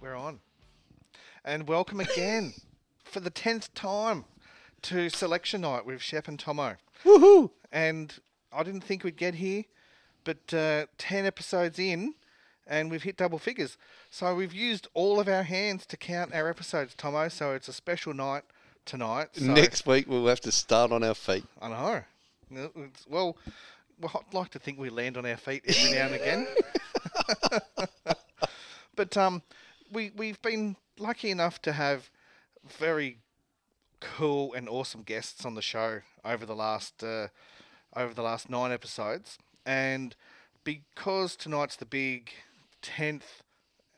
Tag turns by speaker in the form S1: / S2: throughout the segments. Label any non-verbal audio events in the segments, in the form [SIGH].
S1: We're on. And welcome again for the 10th time to Selection Night with Shep and Tomo.
S2: Woohoo!
S1: And I didn't think we'd get here, but uh, 10 episodes in, and we've hit double figures. So we've used all of our hands to count our episodes, Tomo. So it's a special night tonight. So
S2: Next week we'll have to start on our feet.
S1: I know. No, it's- Well, well, I'd like to think we land on our feet every now and again. [LAUGHS] but um, we we've been lucky enough to have very cool and awesome guests on the show over the last uh, over the last nine episodes, and because tonight's the big tenth.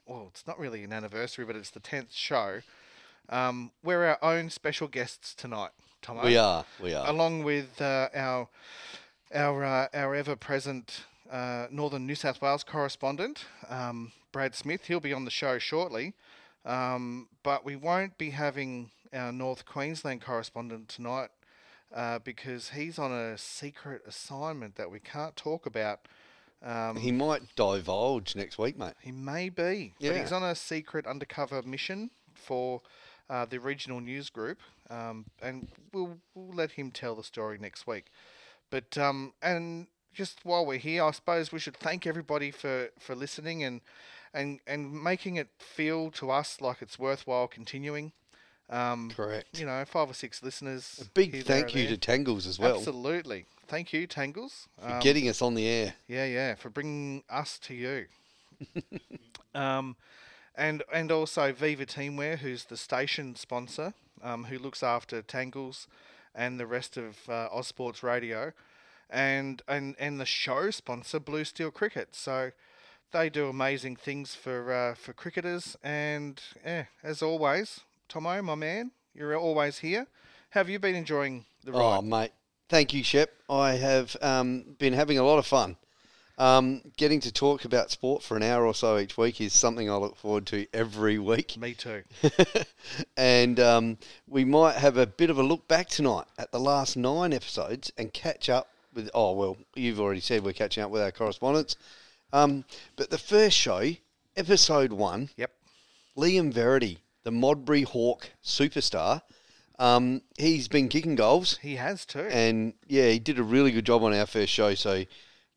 S1: Well, it's not really an anniversary, but it's the tenth show. Um, we're our own special guests tonight, Tomo
S2: We are. We are.
S1: along with uh, our our uh, our ever present uh, Northern New South Wales correspondent, um, Brad Smith. He'll be on the show shortly, um, but we won't be having our North Queensland correspondent tonight uh, because he's on a secret assignment that we can't talk about. Um,
S2: He might divulge next week, mate.
S1: he may be, but
S2: Yeah.
S1: he's on a secret undercover mission for uh, the regional news group, um, and we'll, we'll let him tell the story next week. But um, and just while we're here, I suppose we should thank everybody for, for listening and and and making it feel to us like it's worthwhile continuing. Um,
S2: Correct.
S1: you know, five or six listeners.
S2: A big
S1: here, there,
S2: thank
S1: or
S2: you
S1: there.
S2: to Tangles as well
S1: Absolutely, thank you, Tangles.
S2: for
S1: Um,
S2: getting us on the air.
S1: yeah, yeah, for bringing us to you. um, and and also Viva Teamwear, who's the station sponsor, um, who looks after Tangles and the rest of uh, Ausports Radio, and and and the show sponsor Blue Steel Cricket. So they do amazing things for uh, for cricketers. And yeah, as always, Tomo, my man, you're always here. How have you been enjoying the ride?
S2: Oh, mate. Thank you, Shep. I have um, been having a lot of fun. Um, getting to talk about sport for an hour or so each week is something I look forward to every [LAUGHS] week.
S1: Me too.
S2: and um, we might have a bit of a look back tonight at the last nine episodes and catch up with. Oh well, you've already said we're catching up with our correspondents. Um, but the first show, episode one,
S1: Yep.
S2: Liam Verity, the Modbury Hawk superstar, um, he's been kicking goals,
S1: He has too.
S2: and yeah, he did a really good job on our first show. So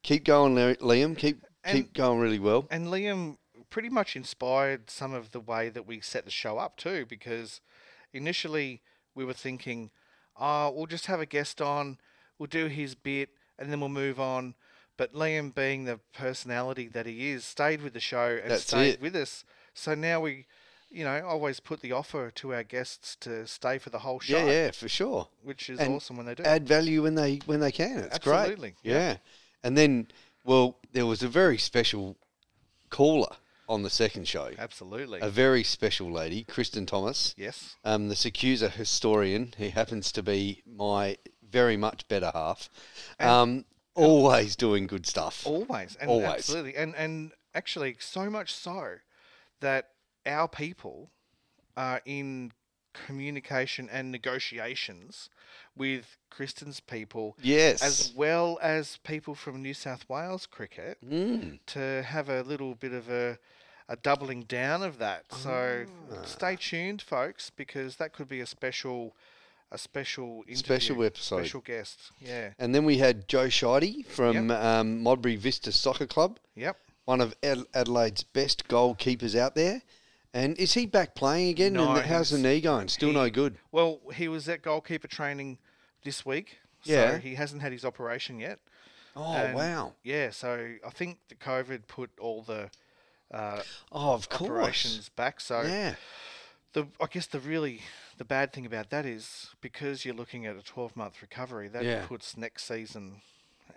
S2: keep going, Lar- Liam. Keep
S1: And-
S2: keep going really well.
S1: And Liam pretty much inspired some of the way that we set the show up too, because initially we were thinking, oh, we'll just have a guest on, we'll do his bit, and then we'll move on. But Liam, being the personality that he is, stayed with the show and
S2: That's
S1: stayed
S2: it.
S1: with us. So now we, you know, always put the offer to our guests to stay for the whole show,
S2: Yeah, yeah, for sure.
S1: which is
S2: And
S1: awesome when they do.
S2: add value when they when they can. It's
S1: Absolutely,
S2: great.
S1: yeah.
S2: Yeah. And then well, there was a very special caller on the second show.
S1: Absolutely.
S2: A very special lady, Kristen Thomas,
S1: yes.
S2: um, the Secusa historian, who happens to be my very much better half. Um, always doing good stuff.
S1: Always. And
S2: Always.
S1: Absolutely. And and actually so much so that our people are in communication and negotiations with Kristen's people
S2: Yes.
S1: as well as people from New South Wales cricket
S2: Mm.
S1: to have a little bit of a a doubling down of that. So
S2: Ah.
S1: stay tuned folks because that could be a special a special interview,
S2: Special episode.
S1: special guest. Yeah.
S2: And then we had Joe Scheide from um, Modbury Vista Soccer Club.
S1: Yep.
S2: one of Ad- Adelaide's best goalkeepers out there. And is he back playing again?
S1: No,
S2: and th- how's the
S1: he's-
S2: knee going? Still
S1: he-
S2: no good.
S1: Well, he was at goalkeeper training this week. So
S2: Yeah.
S1: he hasn't had his operation yet.
S2: Oh
S1: and-
S2: wow!
S1: Yeah, so I think the COVID put all the uh,
S2: Oh, of course.
S1: operations back. So
S2: Yeah,
S1: the I guess the really the bad thing about that is because you're looking at a 12 month recovery, that
S2: Yeah.
S1: puts next season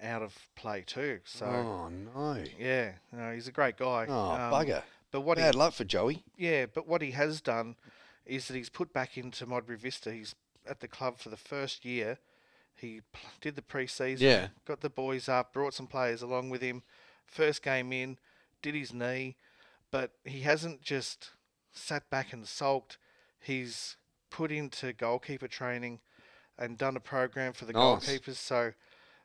S1: out of play too. So
S2: oh no!
S1: yeah, no, he's a great guy.
S2: Oh
S1: Um,
S2: bugger!
S1: But what he
S2: Bad luck for Joey.
S1: Yeah, but what he has done is that he's put back into Modbury Vista. He's at the club for the first year. He pl- did the pre-season,
S2: Yeah.
S1: got the boys up, brought some players along with him. First game in, did his knee, but he hasn't just sat back and sulked. He's put into goalkeeper training and done a program for the
S2: Nice.
S1: goalkeepers. So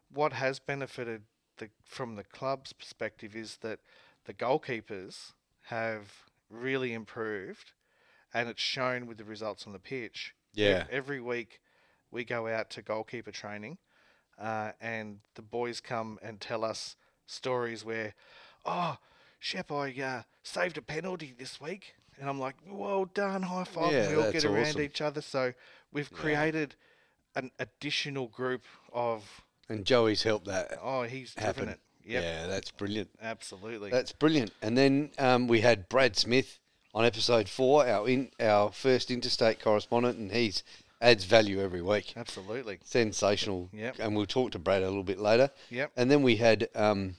S1: what has benefited the from the club's perspective is that the goalkeepers have really improved, and it's shown with the results on the pitch.
S2: Yeah.
S1: Every week, we go out to goalkeeper training, uh, and the boys come and tell us stories where, oh, Shep, I uh, saved a penalty this week, and I'm like, well done, high five.
S2: Yeah,
S1: and we all get
S2: that's
S1: around
S2: awesome.
S1: each other, so we've created an additional group of
S2: And Joey's helped that.
S1: oh, he's
S2: Happen.
S1: driven it. Yep,
S2: Yeah, that's brilliant.
S1: absolutely.
S2: That's brilliant. And then um, we had Brad Smith on episode four, our in our first interstate correspondent, and he's adds value every week.
S1: Absolutely.
S2: Sensational.
S1: Yep.
S2: And we'll talk to Brad a little bit later.
S1: Yep.
S2: And then we had um,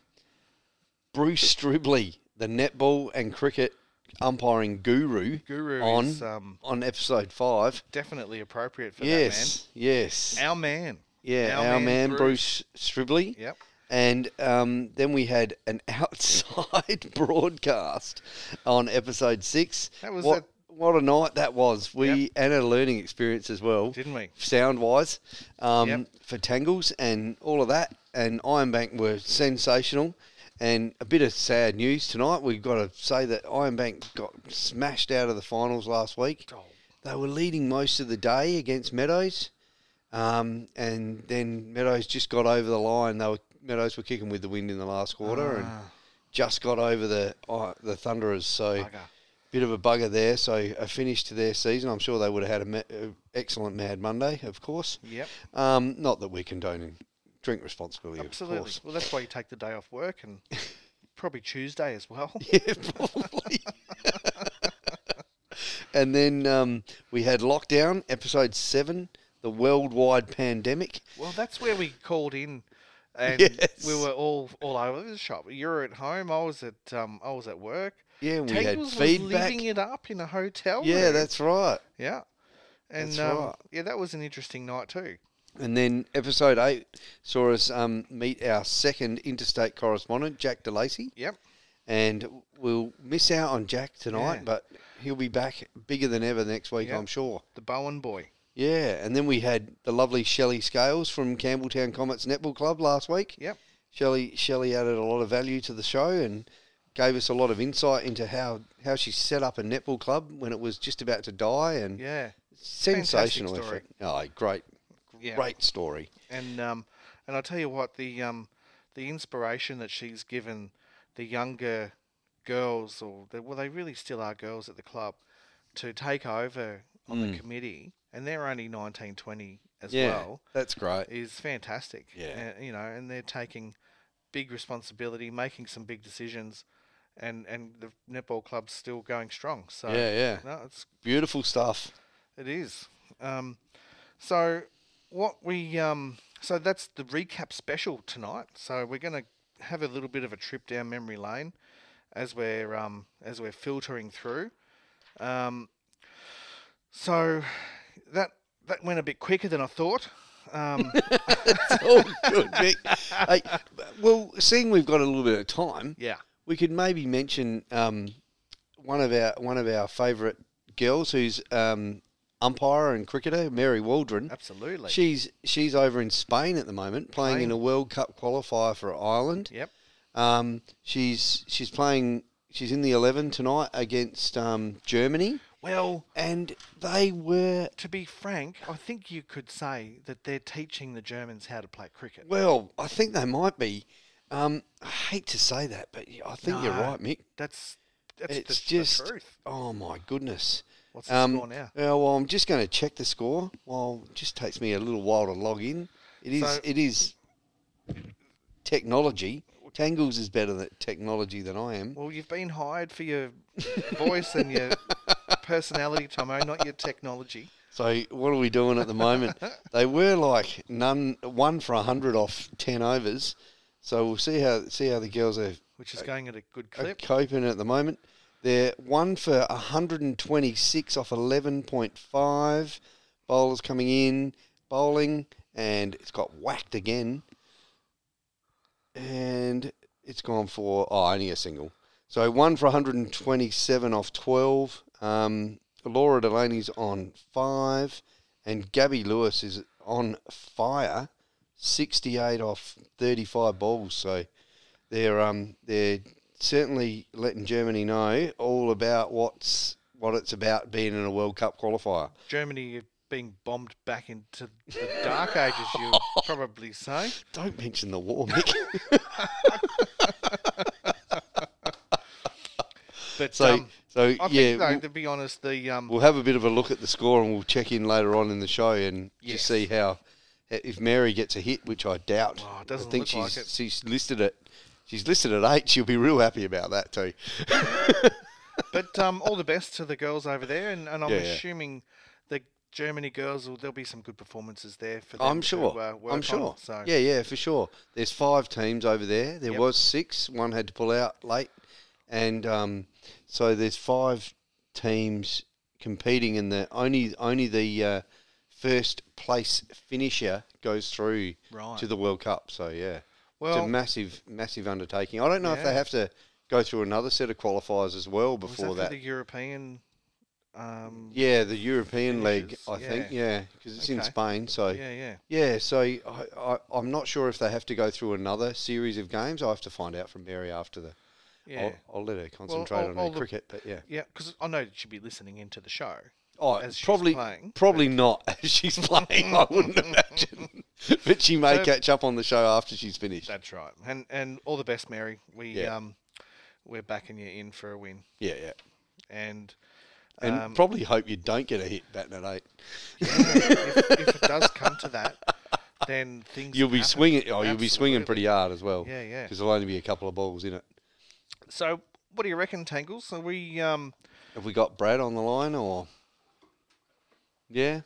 S2: Bruce Stribley, the netball and cricket umpiring guru,
S1: Guru
S2: on
S1: is um,
S2: on episode five.
S1: definitely appropriate for
S2: Yes. Yes.
S1: that man. Our man.
S2: yeah. Our, man, Bruce, Stribley.
S1: Yep.
S2: And um, then we had an [LAUGHS] outside [LAUGHS] broadcast on episode six.
S1: That was
S2: what, what a night that was. We and a learning experience as well,
S1: Didn't we?
S2: sound wise, um,
S1: Yep.
S2: for tangles and all of that. And Iron Bank were sensational. And a bit of sad news tonight. We've got to say that Iron Bank got smashed out of the finals last week.
S1: oh,
S2: They were leading most of the day against Meadows, um, and then Meadows just got over the line. They were Meadows were kicking with the wind in the last quarter and
S1: Ah.
S2: just got over the uh, the Thunderers. So
S1: Bugger.
S2: bit of a bugger there. So a finish to their season. I'm sure they would have had an excellent Mad Monday, of course.
S1: Yep.
S2: Um, not that we condoning drink responsibly, of
S1: Absolutely.
S2: course.
S1: Well, that's why you take the day off work
S2: [LAUGHS]
S1: and probably Tuesday as well.
S2: Yeah, probably. [LAUGHS] and then um, we had lockdown episode seven, the worldwide pandemic.
S1: Well, that's where we called in, and
S2: Yes.
S1: we were all all over the shop. You were at home. I was at um, I was at work.
S2: Yeah, and we
S1: Tangles
S2: had
S1: was
S2: feedback.
S1: living it up in a hotel.
S2: yeah,
S1: room.
S2: that's right.
S1: yeah. And
S2: that's
S1: um,
S2: right.
S1: yeah, that was an interesting night too.
S2: And then episode eight saw us um, meet our second interstate correspondent, Jack DeLacy,
S1: Yep.
S2: and we'll miss out on Jack tonight,
S1: Yeah.
S2: but he'll be back bigger than ever next week,
S1: Yeah.
S2: I'm sure.
S1: The Bowen boy.
S2: Yeah, and then we had the lovely Shelley Scales from Campbelltown Comets Netball Club last week.
S1: Yep.
S2: Shelley Shelley added a lot of value to the show and gave us a lot of insight into how, how she set up a netball club when it was just about to die and
S1: Yeah.
S2: sensational
S1: story.
S2: effort. Oh, great,
S1: Yeah.
S2: great story.
S1: And um, and I tell you what, the um, the inspiration that she's given the younger girls, or the, well, they really still are girls at the club, to take over on
S2: Mm.
S1: the committee, and they're only 19, 20 as well,
S2: that's great.
S1: is fantastic.
S2: Yeah.
S1: Uh, you know, and they're taking big responsibility, making some big decisions, and and the netball club's still going strong. So
S2: yeah, yeah,
S1: no, it's
S2: beautiful
S1: [LAUGHS]
S2: stuff.
S1: it is. Um, so what we um, so that's the recap special tonight. So we're going to have a little bit of a trip down memory lane as we're um, as we're filtering through. Um, so that that went a bit quicker than I thought.
S2: [LAUGHS]
S1: Um,
S2: oh, good, Mick. Hey, well, seeing we've got a little bit of time,
S1: yeah.
S2: we could maybe mention um, one of our one of our favourite girls, who's um, umpire and cricketer, Mary Waldron.
S1: Absolutely.
S2: She's she's over in Spain at the moment, playing in a World Cup qualifier for Ireland.
S1: yep.
S2: Um, she's she's playing. She's in the eleven tonight against um, Germany,
S1: Well,
S2: and they were
S1: to be frank, I think you could say that they're teaching the Germans how to play cricket.
S2: Well, I think they might be. Um, I hate to say that, but y- I think you're
S1: No.
S2: right, Mick.
S1: That's that's the-
S2: It's
S1: the,
S2: just-
S1: truth.
S2: Oh my goodness.
S1: What's the
S2: Um,
S1: score now?
S2: yeah, well, I'm just going to check the score. Well, it just takes me a little while to log in. It is.
S1: So-
S2: it is technology. Tangles is better than technology than I am.
S1: Well, you've been hired for your voice and
S2: [LAUGHS]
S1: your personality, Tomo, not your technology.
S2: So what are we doing at
S1: [LAUGHS]
S2: the moment? they were like none one for hundred off ten overs. So we'll see how see how the girls are
S1: Which is going at a good
S2: are
S1: clip.
S2: coping at the moment. They're one for 126 off 11.5. Bowlers coming in, bowling, and it's got whacked again. And it's gone for, oh, only a single. So one for 127 off 12. Um, Laura Delaney's on five, and Gabby Lewis is on fire, 68 off 35 balls. So they're um they're certainly letting Germany know all about what's what it's about being in a World Cup qualifier.
S1: Germany being bombed back into the dark ages,
S2: [LAUGHS]
S1: you would probably say.
S2: Don't mention the war,
S1: [LAUGHS]
S2: Mick.
S1: But
S2: so,
S1: um,
S2: so
S1: I
S2: yeah,
S1: think, though,
S2: we'll,
S1: to be honest, the um,
S2: we'll have a bit of a look at the score and we'll check in later on in the show and
S1: Yes.
S2: just see how if Mary gets a hit, which I doubt.
S1: Oh, it
S2: I
S1: doesn't
S2: think
S1: look like
S2: she's
S1: it.
S2: she's listed it. She's listed at eight. She'll be real happy about that too.
S1: but um, all the best to the girls over there, and, and I'm
S2: Yeah, yeah.
S1: assuming the Germany girls will there'll be some good performances there for them.
S2: I'm sure.
S1: To, uh, work
S2: I'm
S1: on,
S2: sure.
S1: so
S2: Yeah, yeah, for sure. There's five teams over there. There
S1: Yep.
S2: was six. One had to pull out late, and um, so there's five teams competing, and the only only the uh, first place finisher goes through
S1: Right.
S2: to the World Cup. So yeah, it's
S1: Well-
S2: a massive massive undertaking. I don't know if they
S1: Yeah.
S2: have to go through another set of qualifiers as well
S1: Was that,
S2: before
S1: for the European. Um,
S2: yeah, the European League,
S1: Finishes,
S2: I think. Yeah, because it's in
S1: Okay.
S2: Spain. So
S1: yeah, yeah.
S2: yeah, so I, I, I'm not sure if they have to go through another series of games. I have to find out from Mary after the.
S1: Yeah.
S2: I'll, I'll let her concentrate
S1: all-
S2: on
S1: all
S2: her
S1: the-
S2: cricket, but yeah.
S1: Yeah, because I know that she'd be listening into the show.
S2: Oh,
S1: as she's
S2: probably
S1: playing,
S2: probably not [LAUGHS] as she's playing. I
S1: [LAUGHS]
S2: wouldn't imagine, but she may
S1: So-
S2: catch up on the show after she's finished.
S1: That's right. And and all the best, Mary. We
S2: Yeah.
S1: um, we're backing you in for a win,
S2: Yeah, yeah, [LAUGHS]
S1: and
S2: and
S1: um,
S2: probably hope you don't get a hit batting at eight.
S1: if, if it does come to that, then things
S2: You'll be
S1: happen.
S2: swinging. Oh, you'll be swinging
S1: Absolutely.
S2: pretty hard as well.
S1: Yeah, yeah.
S2: Because there'll only be a couple of balls in it.
S1: So, what do you reckon, Tangles? So we um,
S2: Have we got Brad on the line or? Yeah,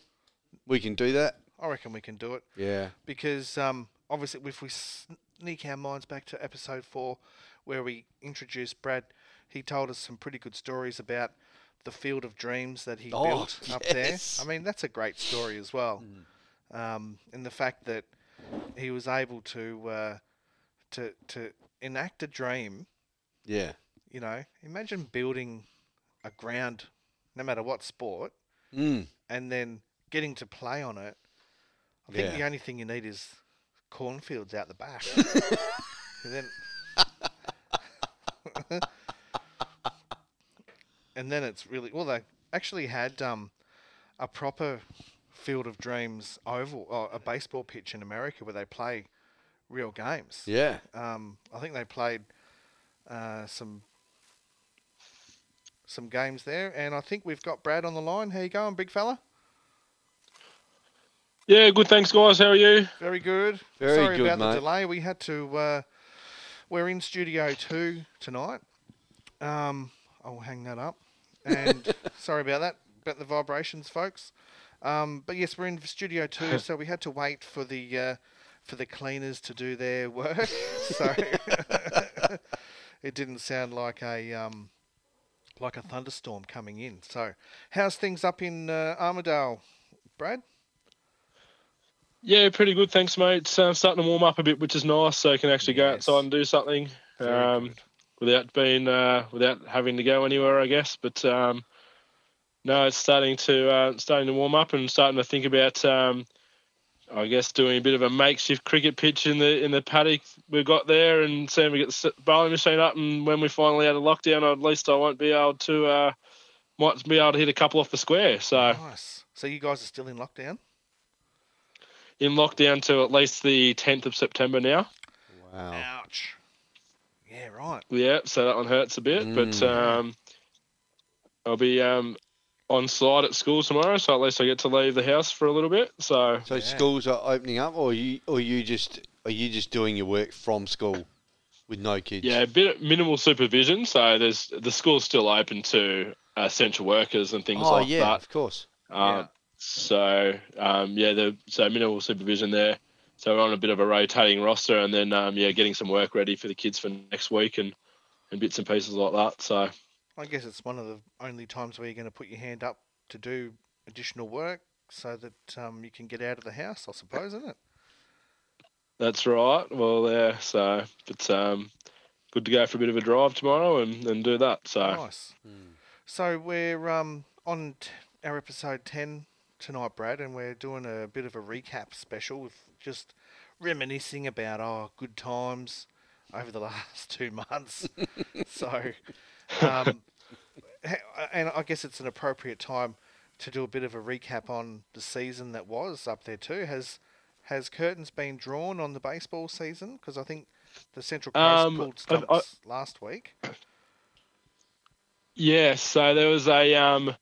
S2: we can do that.
S1: I reckon we can do it
S2: Yeah.
S1: because um, obviously if we sneak our minds back to episode four, where we introduced Brad, he told us some pretty good stories about the field of dreams that he
S2: Oh,
S1: built up there.
S2: yes. Mm.
S1: I mean, that's a great story as well, um, and the fact that he was able to uh, to to enact a dream
S2: Yeah.
S1: you know, imagine building a ground, no matter what sport,
S2: Mm.
S1: and then getting to play on it. I think
S2: Yeah.
S1: the only thing you need is cornfields out the
S2: [LAUGHS]
S1: back. and then, and then it's really well. They actually had um, a proper field of dreams oval, or a baseball pitch in America where they play real games.
S2: Yeah.
S1: Um, I think they played uh, some some games there, and I think we've got Brad on the line. How you going, big fella?
S3: Yeah, good. Thanks, guys. How are you?
S1: Very good.
S2: Very
S1: Sorry
S2: good,
S1: about
S2: mate.
S1: the delay. We had to. Uh, we're in Studio Two tonight. Um, I'll hang that up. And
S2: [LAUGHS]
S1: sorry about that, about the vibrations, folks. Um, but yes, we're in Studio
S2: [LAUGHS]
S1: Two, so we had to wait for the uh, for the cleaners to do their [LAUGHS] work. so [LAUGHS] it didn't sound like a um, like a thunderstorm coming in. So, how's things up in uh, Armadale, Brad?
S3: Yeah, pretty good. Thanks, mate. It's uh, starting to warm up a bit, which is nice. So I can actually go
S1: Yes.
S3: outside and do something
S1: Very
S3: um,
S1: good.
S3: without being uh, without having to go anywhere, I guess. But um, no, it's starting to uh, starting to warm up and starting to think about, um, I guess, doing a bit of a makeshift cricket pitch in the in the paddock we've got there, and seeing if we get the s- bowling machine up. And when we finally out of lockdown, at least I won't be able to uh, might be able to hit a couple off the square. So.
S1: Nice. So you guys are still in lockdown?
S3: in lockdown till at least the 10th of September now.
S2: Wow.
S1: Ouch. Yeah, right.
S3: Yeah, so that one hurts a bit,
S2: Mm.
S3: but um, I'll be um, on site at school tomorrow, so at least I get to leave the house for a little bit. So
S2: So
S1: Yeah.
S2: schools are opening up, or you, or you just, are you just doing your work from school, with no kids?
S3: yeah, a bit minimal supervision. So there's the school's still open to uh, essential workers and things
S2: Oh
S3: like
S2: yeah,
S3: that.
S2: of course.
S3: Uh,
S1: Yeah.
S3: So um, yeah, the so minimal supervision there. So we're on a bit of a rotating roster, and then um, yeah, getting some work ready for the kids for next week and and bits and pieces like that. So.
S1: I guess it's one of the only times where you're going to put your hand up to do additional work so that um, you can get out of the house, I suppose, isn't it?
S3: That's right. Well, yeah. So it's um, good to go for a bit of a drive tomorrow and, and do that. So
S1: Nice.
S3: Hmm.
S1: So we're um, on t- our episode 10 tonight, Brad, and we're doing a bit of a recap special with just reminiscing about our good times over the [LAUGHS] last two
S3: [LAUGHS]
S1: months. so, um, [LAUGHS] h- and I guess it's an appropriate time to do a bit of a recap on the season that was up there too. Has has curtains been drawn on the baseball season? Because I think the Central Coast
S3: Um,
S1: pulled
S3: I've-
S1: stumps
S3: I-
S1: last week.
S3: Yeah, so there was a. Um,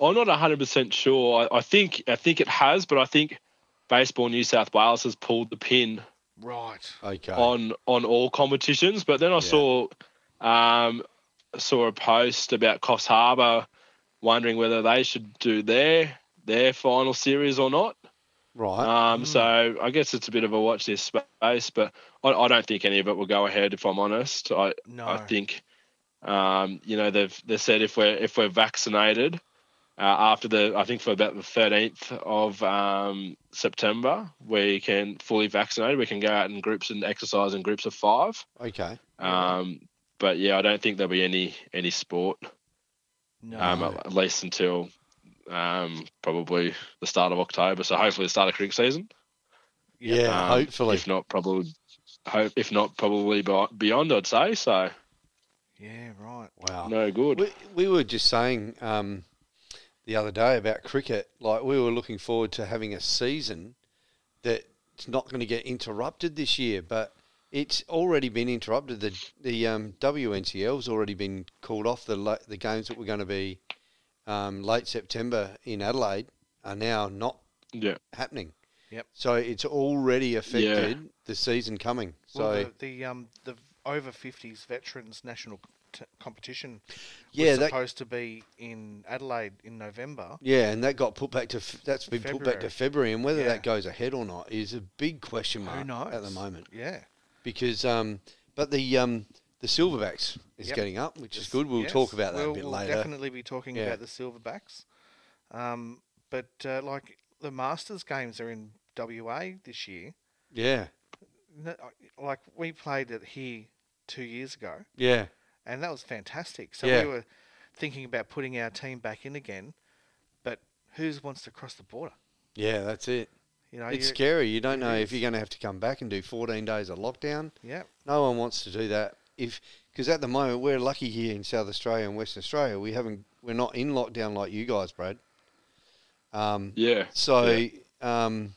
S3: I'm not 100 percent sure. I, I think I think it has, but I think Baseball New South Wales has pulled the pin
S1: Right.
S2: Okay.
S3: on on all competitions. But then I
S2: Yeah.
S3: saw um, saw a post about Coffs Harbour wondering whether they should do their their final series or not.
S2: right.
S3: Um,
S1: Mm.
S3: So I guess it's a bit of a watch this space, but I, I don't think any of it will go ahead. If I'm honest, I
S1: No.
S3: I think um, you know they've they said if we're if we're vaccinated uh, after the I think for about the 13th of um, September we can fully vaccinated we can go out in groups and exercise in groups of five.
S2: okay.
S3: Um, but yeah, I don't think there'll be any any sport
S1: no.
S3: um, at, at least until um, probably the start of October. So hopefully the start of cricket season.
S2: Yeah. hopefully.
S3: Um, if not probably hope if not probably be- beyond. I'd say so.
S1: yeah. Right.
S2: Wow.
S3: No good.
S2: We, we were just saying um, the other day about cricket, like we were looking forward to having a season that's not going to get interrupted this year, but it's already been interrupted. The the um, WNCL's already been called off. The la- the games that were going to be um, late September in Adelaide are now not
S3: yeah.
S2: happening.
S1: Yep.
S2: So it's already affected the season coming. So
S1: well, the, the um the over fifties veterans national t- competition
S2: yeah,
S1: was
S2: that
S1: supposed to be in Adelaide in November.
S2: Yeah, and that got put back to f- that's been put back
S1: February.
S2: to February, and whether
S1: Yeah.
S2: that goes ahead or not is a big question mark
S1: Who knows?
S2: at the moment.
S1: Yeah.
S2: Because, um, but the um, the Silverbacks is
S1: Yep.
S2: getting up, which is
S1: Yes,
S2: good. We'll
S1: yes.
S2: talk about that
S1: we'll,
S2: a bit
S1: we'll
S2: later.
S1: definitely be talking
S2: Yeah.
S1: about the Silverbacks. Um, but uh, like the Masters games are in WA this year.
S2: Yeah,
S1: No- Like we played it here two years ago,
S2: yeah,
S1: and that was fantastic. So
S2: Yeah.
S1: we were thinking about putting our team back in again, but who wants to cross the border?
S2: yeah. That's it.
S1: You know,
S2: it's
S1: you-
S2: scary. You don't
S1: it
S2: know if
S1: is.
S2: you're going to have to come back and do 14 days of lockdown.
S1: yeah,
S2: No one wants to do that. If because at the moment we're lucky here in South Australia and Western Australia, we haven't we're not in lockdown like you guys, Brad. Um,
S3: Yeah.
S2: So, um,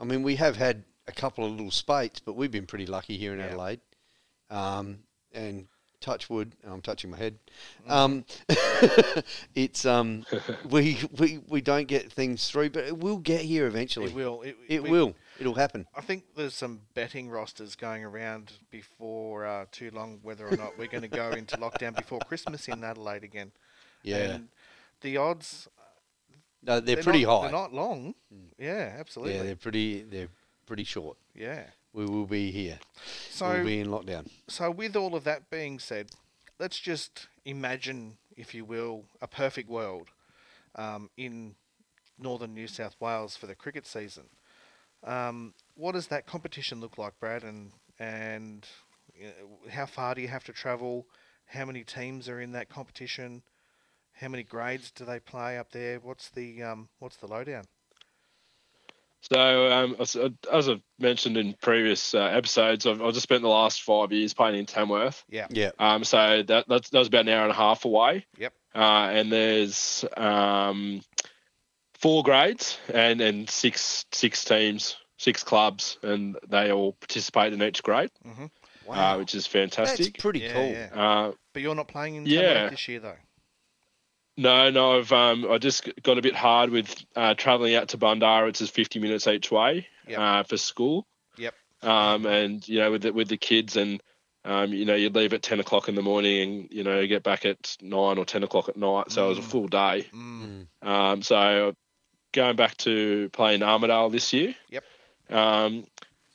S2: I mean, we have had a couple of little spates, but we've been pretty lucky here in
S1: Yeah.
S2: Adelaide. Um, and touch wood, and I'm touching my head.
S1: Mm.
S2: Um, [LAUGHS] it's um,
S1: [LAUGHS]
S2: we, we we don't get things through, but it will get here eventually.
S1: it will. It,
S2: It
S1: we-
S2: will. It'll happen.
S1: I think there's some betting rosters going around before uh, too long whether or not we're going to
S2: [LAUGHS]
S1: go into lockdown before Christmas in Adelaide again.
S2: Yeah,
S1: And the odds
S2: no, they're, pretty
S1: not,
S2: high. Mm.
S1: They're not long. Yeah,
S2: yeah,
S1: absolutely.
S2: they're pretty. They're pretty short.
S1: Yeah.
S2: We will be here.
S1: So
S2: we'll be in lockdown.
S1: so with all of that being said, let's just imagine, if you will, a perfect world um, in northern New South Wales for the cricket season. Um, what does that competition look like, Brad? And and you know, how far do you have to travel? How many teams are in that competition? How many grades do they play up there? What's the um, what's the lowdown?
S3: So, um, as, as I've mentioned in previous uh, episodes, I've, I've just spent the last five years playing in Tamworth.
S1: Yeah.
S2: Yeah,
S3: Um, so that that's, that was about an hour and a half away.
S1: Yep.
S3: Uh, and there's um, four grades and and six six teams, six clubs, and they all participate in each grade, uh,
S2: wow,
S3: which is
S2: that's
S3: fantastic.
S2: pretty
S1: Yeah,
S2: cool.
S1: yeah.
S3: Uh,
S1: But you're not playing in
S3: Yeah.
S1: Tamworth this year, though.
S3: no, no, I've um, I just got a bit hard with uh, traveling out to Bundara. It's just 50 minutes each way
S1: Yep.
S3: uh, for school.
S1: Yep.
S3: um, and you know with the, with the kids and um, you know you'd leave at 10 o'clock in the morning and you know get back at 9 or 10 o'clock at night so it was a
S1: Mm.
S3: full day
S1: Mm.
S2: Mm.
S3: um, so going back to playing armadale this year
S1: Yep.
S3: um,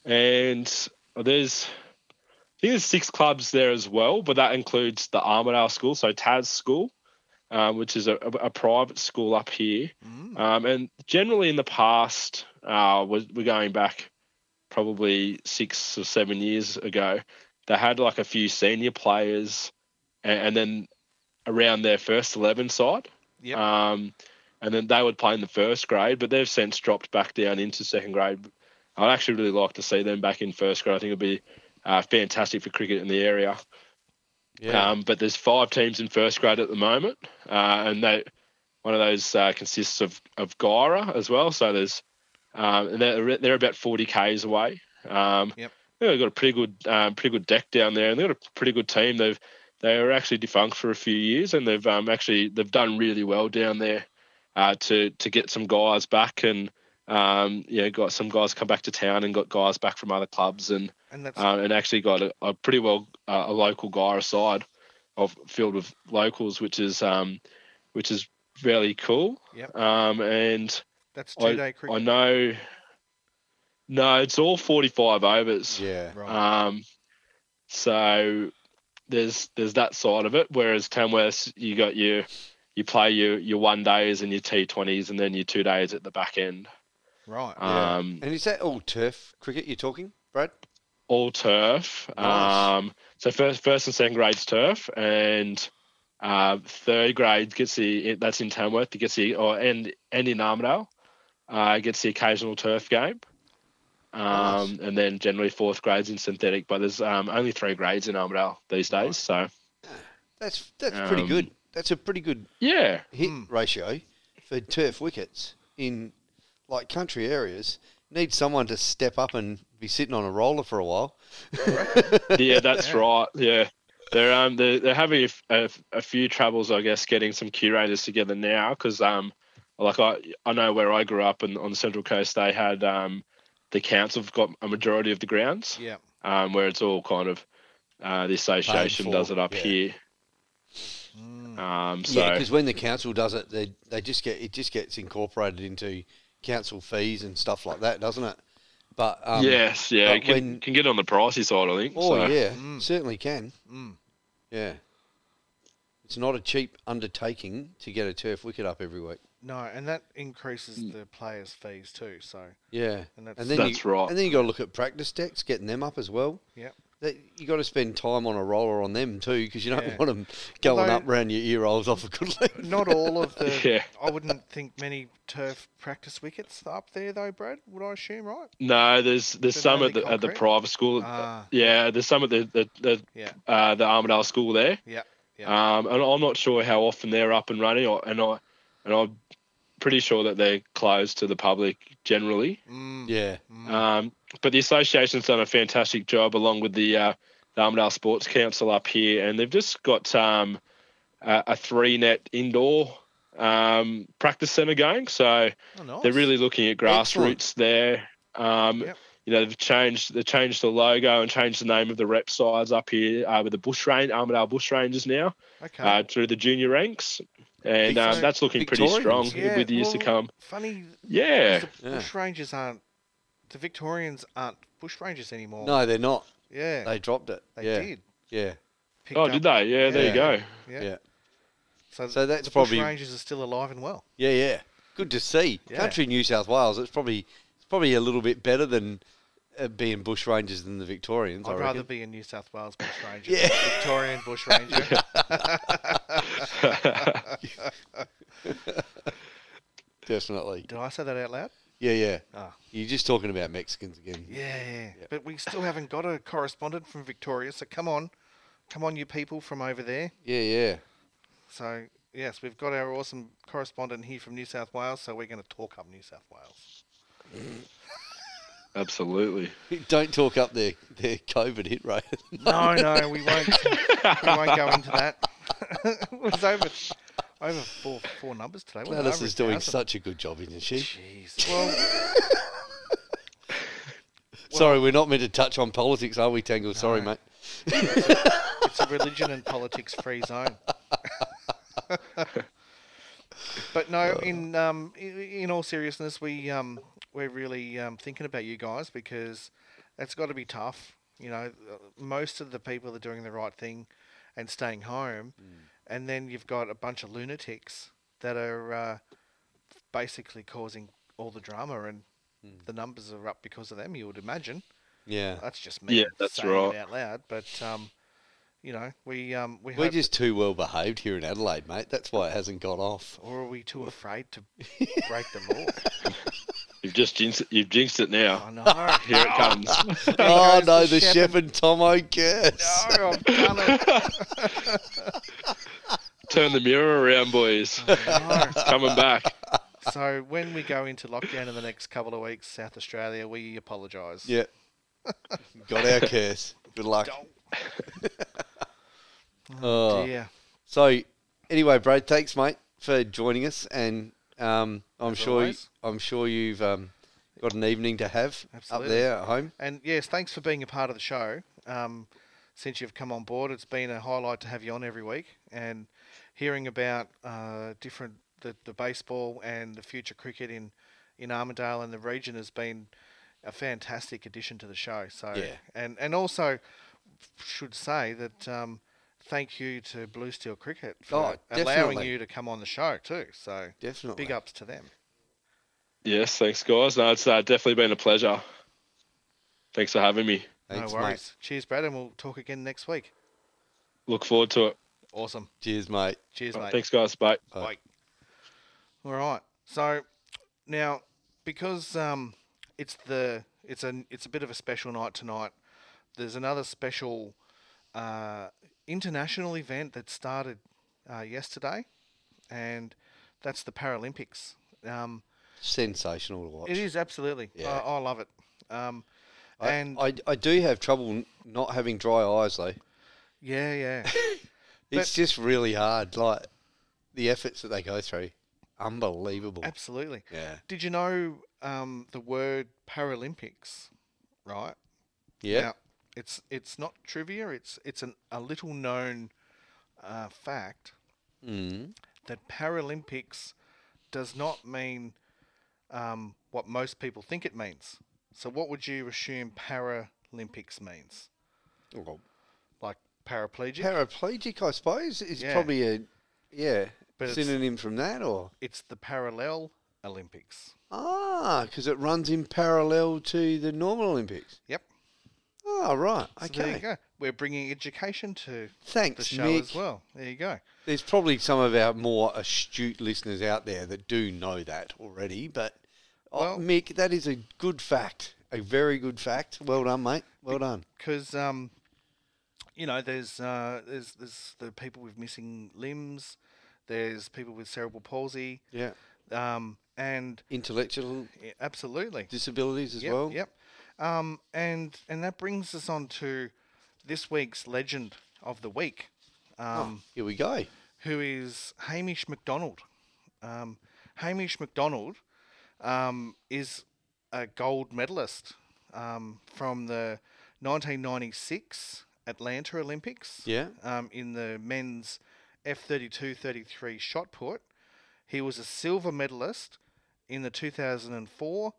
S3: and there's I think there's six clubs there as well, but that includes the Armadale School, so Taz School, um, which is a, a a private school up here.
S1: Mm.
S3: Um, and generally in the past, uh, we're, we're going back probably six or seven years ago, they had like a few senior players and, and then around their first 11 side.
S1: Yep.
S3: Um, and then they would play in the first grade, but they've since dropped back down into second grade. I'd actually really like to see them back in first grade. I think it'd be uh, fantastic for cricket in the area.
S2: Yeah.
S3: Um, but there's five teams in first grade at the moment, uh, and they one of those uh, consists of of Gyra as well. So there's um, and they're they're about 40 k's away. Um,
S1: Yep.
S3: They've got a pretty good um, pretty good deck down there, and they've got a pretty good team. They've they were actually defunct for a few years, and they've um, actually they've done really well down there uh, to to get some guys back and. Um, you know, got some guys come back to town and got guys back from other clubs and
S1: And that's
S3: uh, and actually got a, a pretty well uh, a local guy aside of filled with locals, which is um, which is really cool.
S1: Yep.
S3: Um, and
S1: that's
S3: I-
S1: two day
S3: I
S1: cricket.
S3: know, no, it's all forty five overs.
S2: Yeah.
S1: Right.
S3: Um, so there's there's that side of it. Whereas Tamworth, you got your you play your your one days and your T twenties, and then your two days at the back end.
S1: right.
S2: Yeah.
S3: Um,
S2: And is that all turf cricket you're talking, Brad?
S3: all turf.
S2: Nice.
S3: Um, so first, first and second grade's turf, and uh, third grade gets the that's in Tamworth. It gets the or and and in Armidale, uh, gets the occasional turf game, um,
S2: Nice.
S3: and then generally fourth grade's in synthetic. But there's um, only three grades in Armidale these days.
S2: Nice.
S3: So
S2: That's that's pretty
S3: Um,
S2: good. That's a pretty good
S3: yeah,
S2: hit
S1: Hmm.
S2: ratio for turf wickets in like country areas. Need someone to step up and be sitting on a roller for a while.
S3: yeah,
S2: [LAUGHS]
S3: that's
S1: Yeah.
S3: right. Yeah. They're, um, they're, they're having a f- a, f- a few troubles, I guess, getting some curators together now because, um, like, I, I know where I grew up and on the Central Coast, they had um, the council have got a majority of the grounds,
S1: Yeah.
S3: um, where it's all kind of uh, the association
S2: for,
S3: does it up
S2: yeah.
S3: here.
S1: Mm.
S3: Um, so,
S2: Yeah, because when the council does it, they they just get it just gets incorporated into council fees and stuff like that, doesn't it? But um,
S3: yes, yeah,
S2: but
S3: it can,
S2: when-
S3: can get on the pricey side, I think.
S2: oh
S3: so.
S2: yeah,
S1: Mm.
S2: certainly can.
S1: Mm.
S2: Yeah, it's not a cheap undertaking to get a turf wicket up every week.
S1: No, and that increases
S3: mm.
S1: the players' fees too. So,
S2: Yeah,
S1: and that's
S2: and then
S3: That's
S2: you,
S3: right.
S2: And then you got to look at practice decks, getting them up as well.
S1: Yep.
S2: That, you got to spend time on a roller on them too, because you don't
S1: Yeah.
S2: want them going
S1: Although-
S2: up round your ear holes off a good leg.
S1: [LAUGHS]
S2: [LAUGHS]
S1: not all of the.
S3: [LAUGHS] Yeah.
S1: I wouldn't think many turf practice wickets are up there though, Brad. Would I assume, right?
S3: No, there's there's
S1: They're
S3: some at
S1: mainly
S3: the, at the
S1: concrete?
S3: private school.
S1: Ah.
S3: yeah, there's some at the the, the,
S1: Yeah.
S3: uh, the Armidale school there.
S1: Yeah.
S3: Um, and I'm not sure how often they're up and running, or, and I and I'm pretty sure that they're closed to the public generally.
S1: Mm.
S2: yeah,
S1: Mm.
S3: Um, but the association's done a fantastic job along with the, uh, the Armidale Sports Council up here, and they've just got um, a, a three net indoor um, practice centre going. So
S1: Oh, nice.
S3: they're really looking at
S2: Excellent.
S3: grassroots there. Um,
S1: Yep.
S3: You know, they've changed they changed the logo and changed the name of the rep sides up here uh, with the Bush Range, Armidale Bush Rangers now
S1: okay.
S3: uh, through the junior ranks, and
S2: Big-
S3: um, that's looking pretty strong
S2: Victorians.
S1: Yeah,
S3: with the years to
S1: well,
S3: come.
S1: Funny,
S3: Yeah,
S1: 'cause the bush rangers aren't. The Victorians aren't bush rangers anymore.
S2: no, they're not.
S1: Yeah.
S2: They dropped it.
S1: They
S2: yeah,
S1: did.
S2: yeah.
S1: Picked
S3: oh,
S1: up-
S3: did they? Yeah, there you
S2: Yeah.
S3: go.
S1: Yeah.
S2: Yeah.
S1: So,
S2: So that's
S1: the
S2: probably-
S1: bush rangers are still alive and well.
S2: Yeah, yeah. Good to see.
S1: Yeah.
S2: Country New South Wales. It's probably it's probably a little bit better than uh, being bush rangers than the Victorians. I
S1: I'd rather
S2: reckon.
S1: be a New South Wales bush ranger,
S2: Yeah.
S1: than a Victorian bush [LAUGHS] ranger.
S2: definitely.
S1: Did I say that out loud?
S2: Yeah, yeah.
S1: Ah.
S2: You're just talking about Mexicans again.
S1: Yeah,
S2: Yep.
S1: but we still haven't got a correspondent from Victoria. So come on, come on, you people from over there.
S2: Yeah, yeah.
S1: So yes, we've got our awesome correspondent here from New South Wales. So we're going to talk up New South Wales.
S3: [LAUGHS] Absolutely.
S2: [LAUGHS] Don't talk up their their COVID hit rate.
S1: [LAUGHS] No, no, we won't. [LAUGHS] we won't go into that. [LAUGHS] it was over over four four numbers today. wasn't it?
S2: Gladys
S1: Over
S2: is
S1: a
S2: doing
S1: thousand.
S2: such a good job, isn't she?
S1: Jeez. Well,
S2: Sorry, we're not meant to touch on politics, are we, Tangle? Sorry,
S1: No.
S2: mate.
S1: it's a religion and politics free zone. [LAUGHS] but no, in um, i- in all seriousness, we um, we're really um, thinking about you guys because it's got to be tough. You know, uh, most of the people are doing the right thing and staying home, and then you've got a bunch of lunatics that are uh, basically causing all the drama, and the numbers are up because of them. You would imagine.
S2: Yeah.
S1: That's just me.
S3: Yeah, that's
S1: saying
S3: right.
S1: It out loud, but um, you know, we um, we
S2: We're
S1: hope,
S2: just too well behaved here in Adelaide, mate. That's why it hasn't gone off. [LAUGHS]
S3: [LAUGHS]
S1: or are we too afraid to break the law?
S3: You've just jinxed, you've jinxed it now.
S1: I know.
S3: Here it
S1: Ah.
S3: comes.
S2: Oh
S1: goes
S2: no,
S1: [LAUGHS] the
S2: the
S1: Shep
S2: Shep and Tomo curse.
S1: No, I've done it.
S3: Turn the mirror around, boys.
S1: No.
S3: [LAUGHS] Coming back.
S1: So when we go into lockdown in the next couple of weeks, South Australia, we apologise.
S2: [LAUGHS] Yeah. Got our curse. Good luck. [LAUGHS] Oh.
S1: Dear.
S2: So, anyway, bro, thanks, mate, for joining us, and um, I'm
S1: As
S2: sure you,
S1: always.
S2: I'm sure you've um, got an evening to have
S1: Absolutely.
S2: up there at home.
S1: And yes, thanks for being a part of the show. Um, since you've come on board, it's been a highlight to have you on every week and hearing about uh, different the, the baseball and the future cricket in in Armidale and the region has been a fantastic addition to the show. So
S2: Yeah.
S1: and and also should say that um, thank you to Blue Steel Cricket for
S2: Oh,
S1: allowing
S2: definitely.
S1: you to come on the show too. So
S2: Definitely.
S1: big ups to them.
S3: Yes, thanks, guys. No, it's uh, definitely been a pleasure. Thanks for having me.
S2: Thanks,
S1: no
S2: mate.
S1: worries. Cheers, Brad, and we'll talk again next week.
S3: Look forward to it.
S1: Awesome.
S2: Cheers, mate.
S1: Cheers, mate.
S3: Thanks, guys. Bye.
S2: Bye.
S1: Like, Uh, all right. So now, because um, it's the it's a it's a bit of a special night tonight. There's another special uh, international event that started uh, yesterday, and that's the Paralympics. Um,
S2: Sensational to watch.
S1: it is absolutely.
S2: Yeah.
S1: I, I love it. Um,
S2: I,
S1: and
S2: I, I do have trouble n- not having dry eyes though.
S1: yeah, yeah. [LAUGHS]
S2: It's just really hard. Like the efforts that they go through, unbelievable.
S1: Absolutely.
S2: Yeah.
S1: Did you know um, the word Paralympics, right?
S2: Yeah.
S1: Now, it's it's not trivia. It's it's an, a little known uh, fact
S2: Mm.
S1: that Paralympics does not mean um, what most people think it means. So, what would you assume Paralympics means?
S2: Well,
S1: Like paraplegic?
S2: paraplegic, I suppose, is
S1: Yeah.
S2: probably a yeah
S1: But it's-
S2: synonym from that, or
S1: it's the parallel Olympics.
S2: ah, because it runs in parallel to the normal Olympics.
S1: Yep.
S2: Oh, right.
S1: So
S2: okay.
S1: there you go. We're bringing education to the
S2: Thanks,
S1: show
S2: Mick.
S1: as well. There you go.
S2: There's probably some of our more astute listeners out there that do know that already, but
S1: Well-
S2: oh, Mick, that is a good fact, a very good fact. Well done, mate. Well done.
S1: because um, you know, there's uh, there's there's the people with missing limbs, there's people with cerebral palsy,
S2: Yeah.
S1: um, and
S2: Intellectual
S1: yeah, absolutely,
S2: disabilities as
S1: yep,
S2: well.
S1: yep, um, and and that brings us on to this week's legend of the week, um,
S2: Oh, Here we go.
S1: who is Hamish McDonald. Um, Hamish McDonald um, is a gold medalist um, from the 1996 Atlanta Olympics
S2: Yeah.
S1: um, in the men's F32 33 shot put. He was a silver medalist in the 2004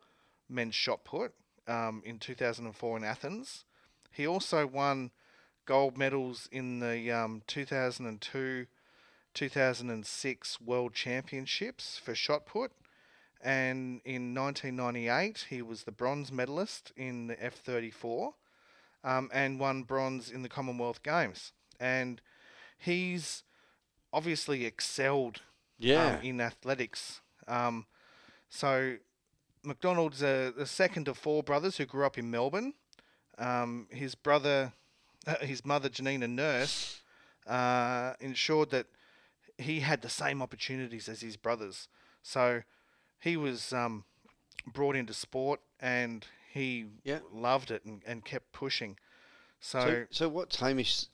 S1: men's shot put um, in 2004 in Athens. He also won gold medals in the um, 2002 2006 World Championships for shot put. And in 1998, he was the bronze medalist in the F34 um, and won bronze in the Commonwealth Games. And he's obviously excelled
S2: Yeah.
S1: um, in athletics. Um, so McDonald's uh, the second of four brothers who grew up in Melbourne. Um, his brother, uh, his mother Janina Nurse, uh, ensured that he had the same opportunities as his brothers. So he was um, brought into sport and he
S2: Yeah.
S1: loved it and, and kept pushing.
S2: so,
S1: So,
S2: so what's Hamish's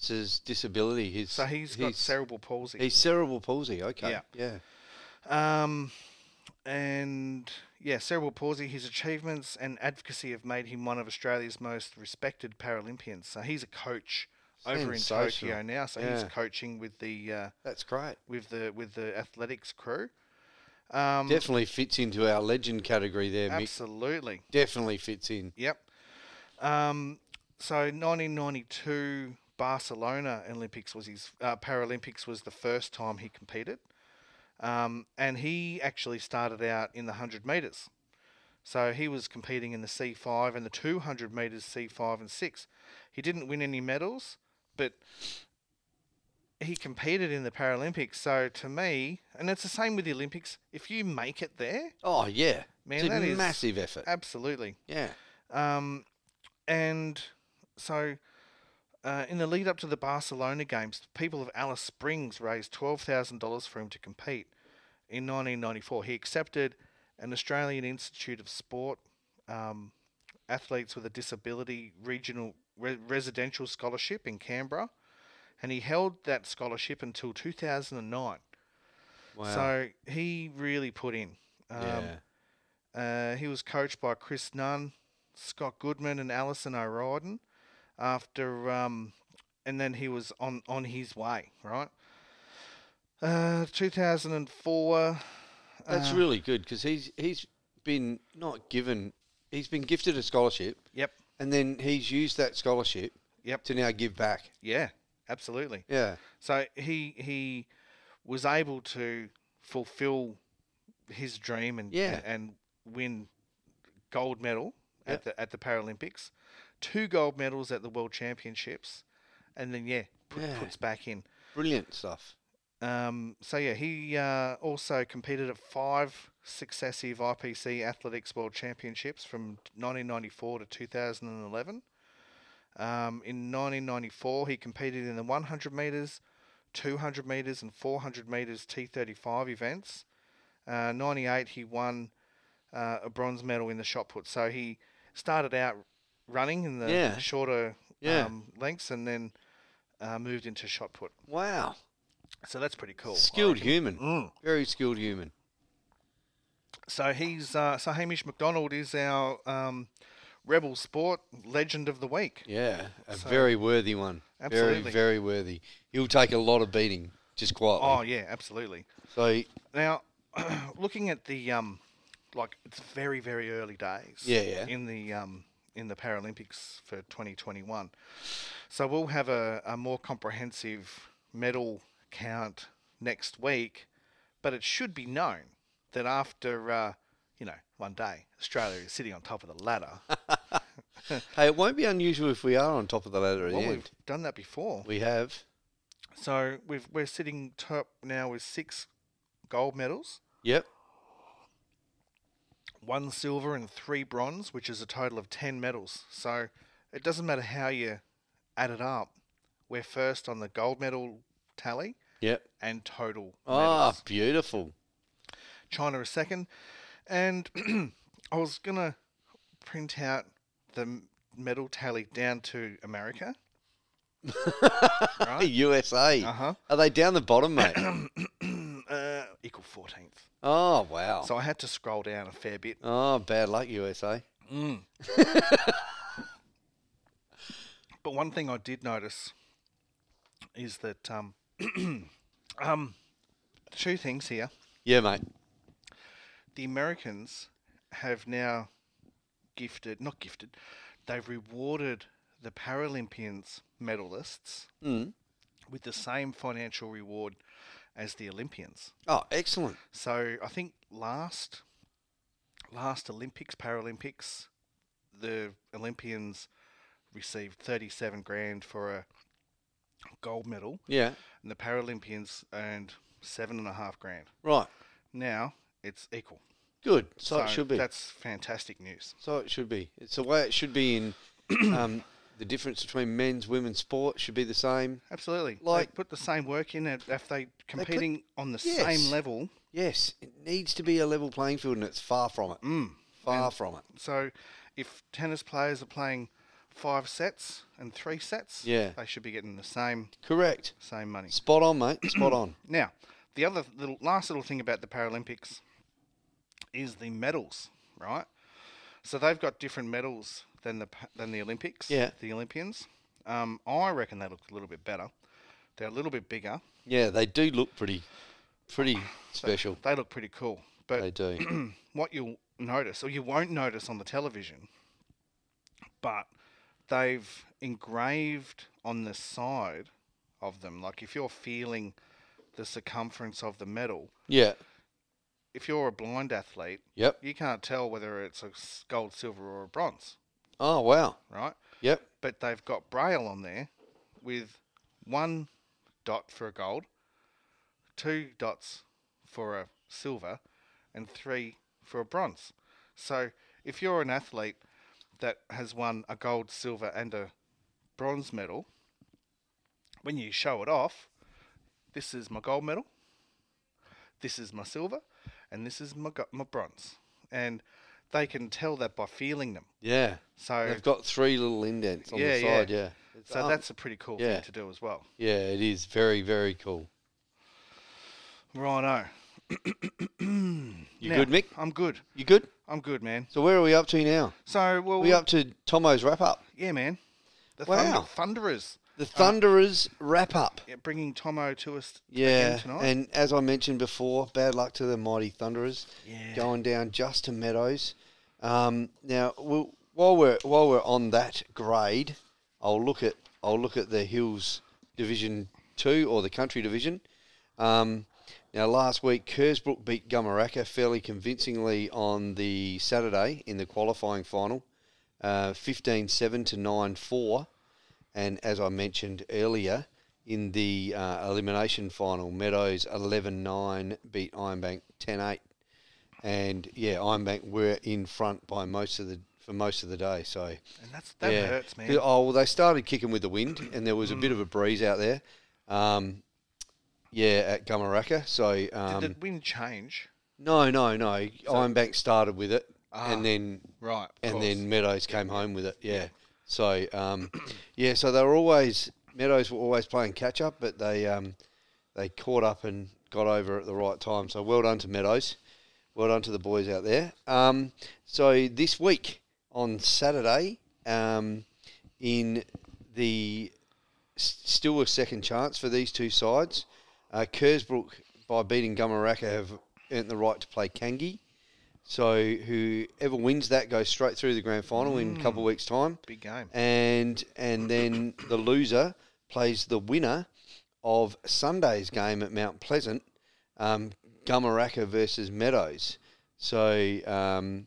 S2: his disability? His,
S1: so, he's got
S2: his-
S1: cerebral palsy.
S2: He's cerebral palsy. Okay.
S1: Yeah.
S2: Yeah.
S1: Um, and yeah, cerebral palsy. His achievements and advocacy have made him one of Australia's most respected Paralympians. So he's a coach over in Tokyo
S2: Sensational.
S1: now. So he's
S2: Yeah.
S1: coaching with the uh,
S2: That's great.
S1: with the with the athletics crew. Um,
S2: Definitely fits into our legend category there, Mick.
S1: absolutely.
S2: Definitely fits in.
S1: Yep. Um, so 1992 Barcelona Olympics was his uh, Paralympics was the first time he competed, um, and he actually started out in the 100 meters. So he was competing in the C5 and the 200 meters C5 and 6. He didn't win any medals, but he competed in the Paralympics. So to me, and it's the same with the Olympics, if you make it there,
S2: Oh yeah.
S1: Man,
S2: It's
S1: that
S2: a
S1: is
S2: massive effort.
S1: Absolutely.
S2: Yeah.
S1: Um, and so, uh, in the lead up to the Barcelona games, the people of Alice Springs raised $12,000 for him to compete. In 1994, he accepted an Australian Institute of Sport um, Athletes with a Disability Regional Re- Residential Scholarship in Canberra, and he held that scholarship until 2009.
S2: Wow.
S1: So he really put in. Um,
S2: yeah.
S1: uh, he was coached by Chris Nunn, Scott Goodman, and Alison O'Riordan. After um, and then he was on on his way, right? Uh, 2004.
S2: That's
S1: uh,
S2: really good because he's he's been not given he's been gifted a scholarship
S1: Yep.
S2: and then he's used that scholarship
S1: Yep.
S2: to now give back.
S1: Yeah. Absolutely.
S2: Yeah.
S1: So he he was able to fulfill his dream and
S2: Yeah.
S1: and, win gold medal
S2: Yep.
S1: at the at the Paralympics, two gold medals at the World Championships, and then yeah, put,
S2: Yeah.
S1: puts back in.
S2: Brilliant stuff.
S1: Um, so yeah, he uh, also competed at five successive IPC Athletics World Championships from 1994 to 2011. Um, in 1994, he competed in the 100 meters, 200 meters, and 400 meters T35 events. Uh, 98, he won uh, a bronze medal in the shot put. So he started out running in the
S2: Yeah.
S1: shorter
S2: Yeah.
S1: um, lengths, and then uh, moved into shot put.
S2: Wow.
S1: So that's pretty cool. I
S2: Skilled
S1: reckon.
S2: human.
S1: Mm.
S2: Very skilled human.
S1: So he's uh, so Hamish McDonald is our um, Rebel Sport Legend of the Week.
S2: Yeah. A
S1: So-
S2: very worthy one.
S1: Absolutely.
S2: Very, very worthy. He'll take a lot of beating just quietly.
S1: Oh yeah, absolutely.
S2: So
S1: Now, [CLEARS THROAT] looking at the um, like it's very very early days.
S2: Yeah, yeah.
S1: In the um, in the Paralympics for 2021, so we'll have a, a more comprehensive medal count next week, but it should be known that after uh, you know one day Australia is sitting on top of the ladder.
S2: hey, it won't be unusual if we are on top of the ladder at
S1: well,
S2: the
S1: we've
S2: end.
S1: done that before.
S2: We have.
S1: So we've we're sitting top now with six gold medals,
S2: Yep.
S1: one silver and three bronze, which is a total of ten medals. So it doesn't matter how you add it up, we're first on the gold medal tally
S2: Yep.
S1: and total
S2: Ah,
S1: medals.
S2: beautiful.
S1: China is second, and [CLEARS THROAT] I was gonna print out the m- medal tally down to America. right?
S2: USA.
S1: Uh huh.
S2: Are they down the bottom, [COUGHS] mate?
S1: Uh-huh. [CLEARS THROAT] uh, equal fourteenth.
S2: oh, wow.
S1: So I had to scroll down a fair bit.
S2: Oh, bad luck, USA.
S1: Mm. [LAUGHS] but one thing I did notice is that um, [CLEARS THROAT] um, two things here.
S2: Yeah, mate.
S1: The Americans have now gifted, not gifted, they've rewarded the Paralympians medalists
S2: Mm.
S1: with the same financial reward as the Olympians.
S2: Oh, excellent.
S1: So I think last last Olympics, Paralympics, the Olympians received thirty seven grand for a gold medal,
S2: Yeah.
S1: and the Paralympians earned seven and a half grand.
S2: Right.
S1: Now it's equal.
S2: Good. So, it should be.
S1: That's fantastic news.
S2: So it should be. It's the way it should be [CLEARS THROAT] in um, the difference between men's, women's sport should be the same.
S1: Absolutely. Like
S2: Like-
S1: they put the same work in if- if they competing on the
S2: Yes.
S1: same level.
S2: Yes, it needs to be a level playing field, and it's far from it.
S1: Mm.
S2: Far from it.
S1: So if tennis players are playing five sets and three sets,
S2: Yeah.
S1: they should be getting the same
S2: Correct.
S1: same money.
S2: Spot on, [CLEARS THROAT] mate. Spot on.
S1: Now, the other little last little thing about the Paralympics is the medals, right? So they've got different medals than the pa- than the Olympics.
S2: Yeah.
S1: The Olympians. Um, I reckon they look a little bit better. They're a little bit bigger.
S2: Yeah, they do look pretty, pretty special.
S1: They look pretty cool.
S2: They
S1: But hmm,
S2: do.
S1: what you'll notice, or you won't notice on the television, but they've engraved on the side of them. Like if you're feeling the circumference of the medal,
S2: [CLEARS THROAT] Yeah.
S1: if you're a blind athlete,
S2: Yep.
S1: you can't tell whether it's a s- gold, silver, or a bronze,
S2: Oh wow.
S1: right?
S2: Yep.
S1: But they've got braille on there with one dot for a gold, two dots for a silver, and three for a bronze. So if you're an athlete that has won a gold, silver, and a bronze medal, when you show it off, this is my gold medal, this is my silver, and this is my, go- my bronze. And they can tell that by feeling them.
S2: Yeah.
S1: So
S2: They've got three little indents on
S1: Yeah,
S2: the
S1: yeah.
S2: side. Yeah. Oh, It's
S1: so
S2: un-
S1: that's a pretty cool
S2: Um, yeah.
S1: thing to do as well.
S2: yeah, it is very very cool.
S1: Righto.
S2: You
S1: Now,
S2: good, Mick?
S1: I'm good.
S2: You good?
S1: I'm good, man.
S2: So where are we up to now?
S1: So, well,
S2: We up to Tomo's wrap up.
S1: yeah, man. The
S2: Wow.
S1: Thunder, Thunderers
S2: The Thunderers wrap up.
S1: yeah, bringing Tomo to us
S2: Yeah,
S1: again tonight.
S2: and as I mentioned before, bad luck to the mighty Thunderers
S1: Yeah.
S2: going down just to Meadows. Um, now, we'll, while we're while we're on that grade, I'll look at I'll look at the Hills Division Two or the Country Division. Um, now, last week, Kersbrook beat Gummaraka fairly convincingly on the Saturday in the qualifying final, uh, 15-7 to 9-4. And as I mentioned earlier, in the uh, elimination final, Meadows 11 9 beat Ironbank 10 8. And yeah, Ironbank were in front by most of the for most of the day. So
S1: and that's that
S2: yeah.
S1: hurts, man.
S2: Oh, well, they started kicking with the wind, and there was a bit of a breeze out there. Um, yeah, at Gummaraka. So um,
S1: Did the wind change?
S2: no, no, no. Ironbank started with it,
S1: Ah.
S2: and then
S1: Right. of
S2: and
S1: course.
S2: then Meadows came home with it. Yeah. So um, [CLEARS THROAT] yeah, so they were always Meadows were always playing catch up, but they um, they caught up and got over at the right time. So well done to Meadows. Well done to the boys out there. Um, so this week on Saturday, um, in the s- still a second chance for these two sides. Uh, Kersbrook by beating Gummaraka have earned the right to play Kangi. So whoever wins that goes straight through the grand final in a couple of weeks' time,
S1: big
S2: [LAUGHS]
S1: game.
S2: and and then the loser plays the winner of Sunday's game at Mount Pleasant, um, Gummaraka versus Meadows. So um,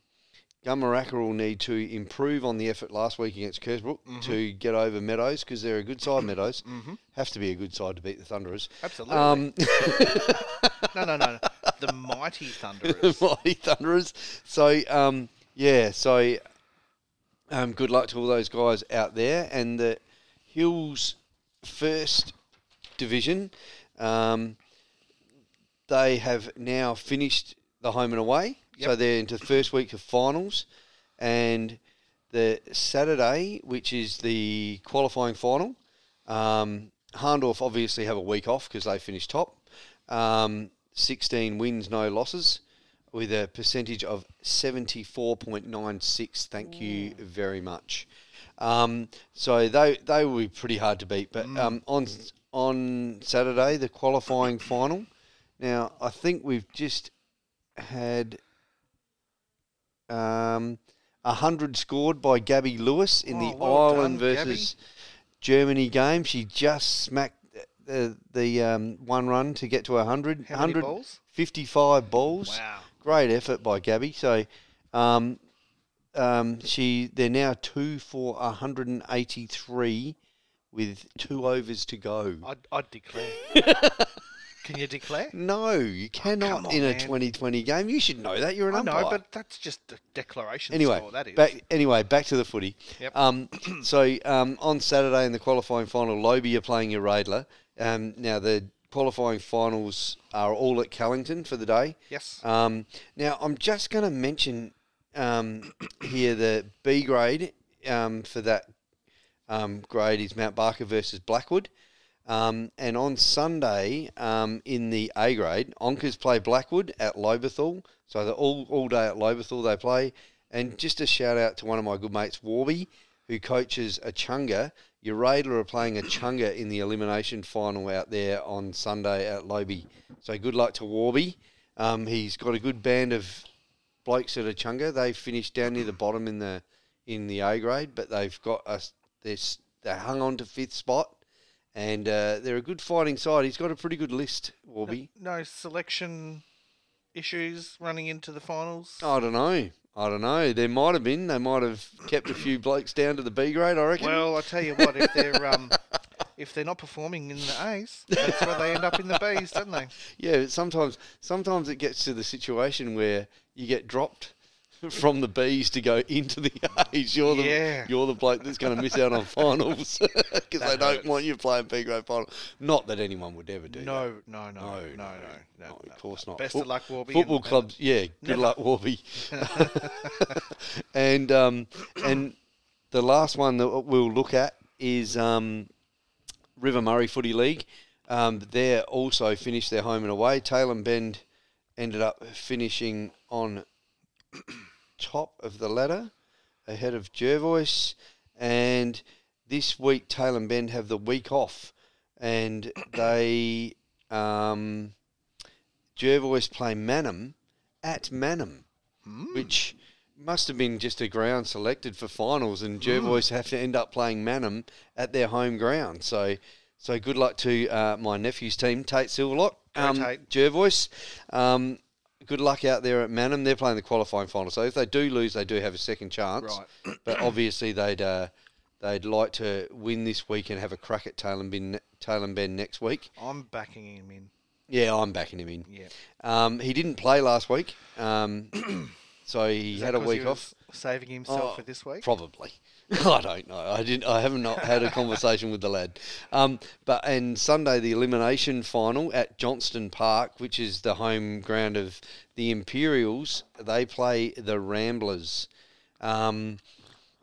S2: Gummaraka will need to improve on the effort last week against Kersbrook to get over Meadows because they're a good side. Meadows have to be a good side to beat the Thunderers.
S1: Absolutely.
S2: Um, [LAUGHS]
S1: no, no, no. no. The mighty
S2: [LAUGHS]
S1: Thunderers.
S2: Mighty Thunderers. So, um, yeah, so um, good luck to all those guys out there. And the Hills First Division, um, they have now finished the home and away. So they're into the first week of finals. And the Saturday, which is the qualifying final, um, Harndorf obviously have a week off because they finished top. Um, 16 wins, no losses, with a percentage of 74.96. Thank you
S1: Mm.
S2: very much. Um, so they they will be pretty hard to beat.
S1: Mm.
S2: But um, on on Saturday, the qualifying final. Now I think we've just had um, hundred scored by Gabby Lewis in
S1: Oh,
S2: the
S1: well done,
S2: Ireland
S1: Gabby.
S2: versus Germany game. She just smacked the the um, one run to get to 100.
S1: How many
S2: 100
S1: balls?
S2: 55 balls.
S1: Wow.
S2: Great effort by Gabby. So, um, um, she they're now two for 183 with two overs to go.
S1: I'd, I'd
S2: [LAUGHS]
S1: declare. Can you declare?
S2: No, you cannot
S1: on,
S2: in a
S1: man.
S2: 2020 game. You should know that. You're an
S1: I
S2: umpire.
S1: know, but that's just a declaration
S2: anyway,
S1: score. That is.
S2: back anyway back to the footy.
S1: Yep.
S2: Um, [CLEARS THROAT] so um, on Saturday in the qualifying final, Lobi are playing Eradler. Um, now the qualifying finals are all at Callington for the day.
S1: yes.
S2: Um, now I'm just going to mention um, [CLEARS THROAT] here the B grade um, for that um, grade is Mount Barker versus Blackwood. Um, and on Sunday um, in the A grade, Onkers play Blackwood at Lobethal. So they're all, all day at Lobethal they play. And just a shout out to one of my good mates, Warby, who coaches a Chunga. Your Raidler are playing a Chunga in the elimination final out there on Sunday at Loby. So good luck to Warby. Um, he's got a good band of blokes at Achunga. They finished down near the bottom in the in the A grade, but they've got us. They're, s- they hung on to fifth spot, and uh, they're a good fighting side. He's got a pretty good list, Warby.
S1: no selection issues running into the finals.
S2: I don't know. I don't know. There might have been. They might have kept a few blokes down to the B grade. I reckon.
S1: Well, I tell you what, if they're um, [LAUGHS] if they're not performing in the A's, that's where they end up in the B's, don't
S2: [LAUGHS]
S1: they?
S2: yeah. Sometimes, sometimes it gets to the situation where you get dropped. [LAUGHS] from the Bs to go into the A's. You're the
S1: Yeah.
S2: you're the bloke that's going to miss out on [LAUGHS] finals because they
S1: That
S2: don't
S1: hurts.
S2: want you playing B grade final. Not that anyone would ever do. that.
S1: No, no, no, no, no, no,
S2: no,
S1: no.
S2: of course not.
S1: Best
S2: Foot-
S1: of luck, Warby. and-
S2: Football
S1: and-
S2: clubs, yeah. Good
S1: [LAUGHS]
S2: luck, Warby. [LAUGHS] and um, and the last one that we'll look at is um, River Murray Footy League. Um, they also finished their home and away. Tail and Bend ended up finishing on [COUGHS] top of the ladder ahead of Jervois. And this week, Tail and Bend have the week off. And they, um, Jervois play Manham at Manham,
S1: Hmm.
S2: which must have been just a ground selected for finals. And
S1: Hmm.
S2: Jervois have to end up playing Manham at their home ground. So. So good luck to uh, my nephew's team, Tate Silverlock,
S1: Go
S2: um,
S1: Tate.
S2: Jervois. Um, good luck out there at Manham. They're playing the qualifying final, so if they do lose, they do have a second chance. Right. [COUGHS] but obviously, they'd uh, they'd like to win this week and have a crack at Tail and Ben, Tail and ben next week.
S1: I'm backing him in.
S2: Yeah, I'm backing him in.
S1: Yeah.
S2: Um, he didn't play last week,
S1: [COUGHS]
S2: um, so he
S1: Is
S2: had
S1: that
S2: a
S1: 'cause he
S2: week off. Oh,
S1: was Saving himself for this week.
S2: Probably. [LAUGHS] I don't know. I didn't. I haven't not had a conversation with the lad. Um, but and Sunday the elimination final at Johnston Park, which is the home ground of the Imperials. They play the Ramblers. Um,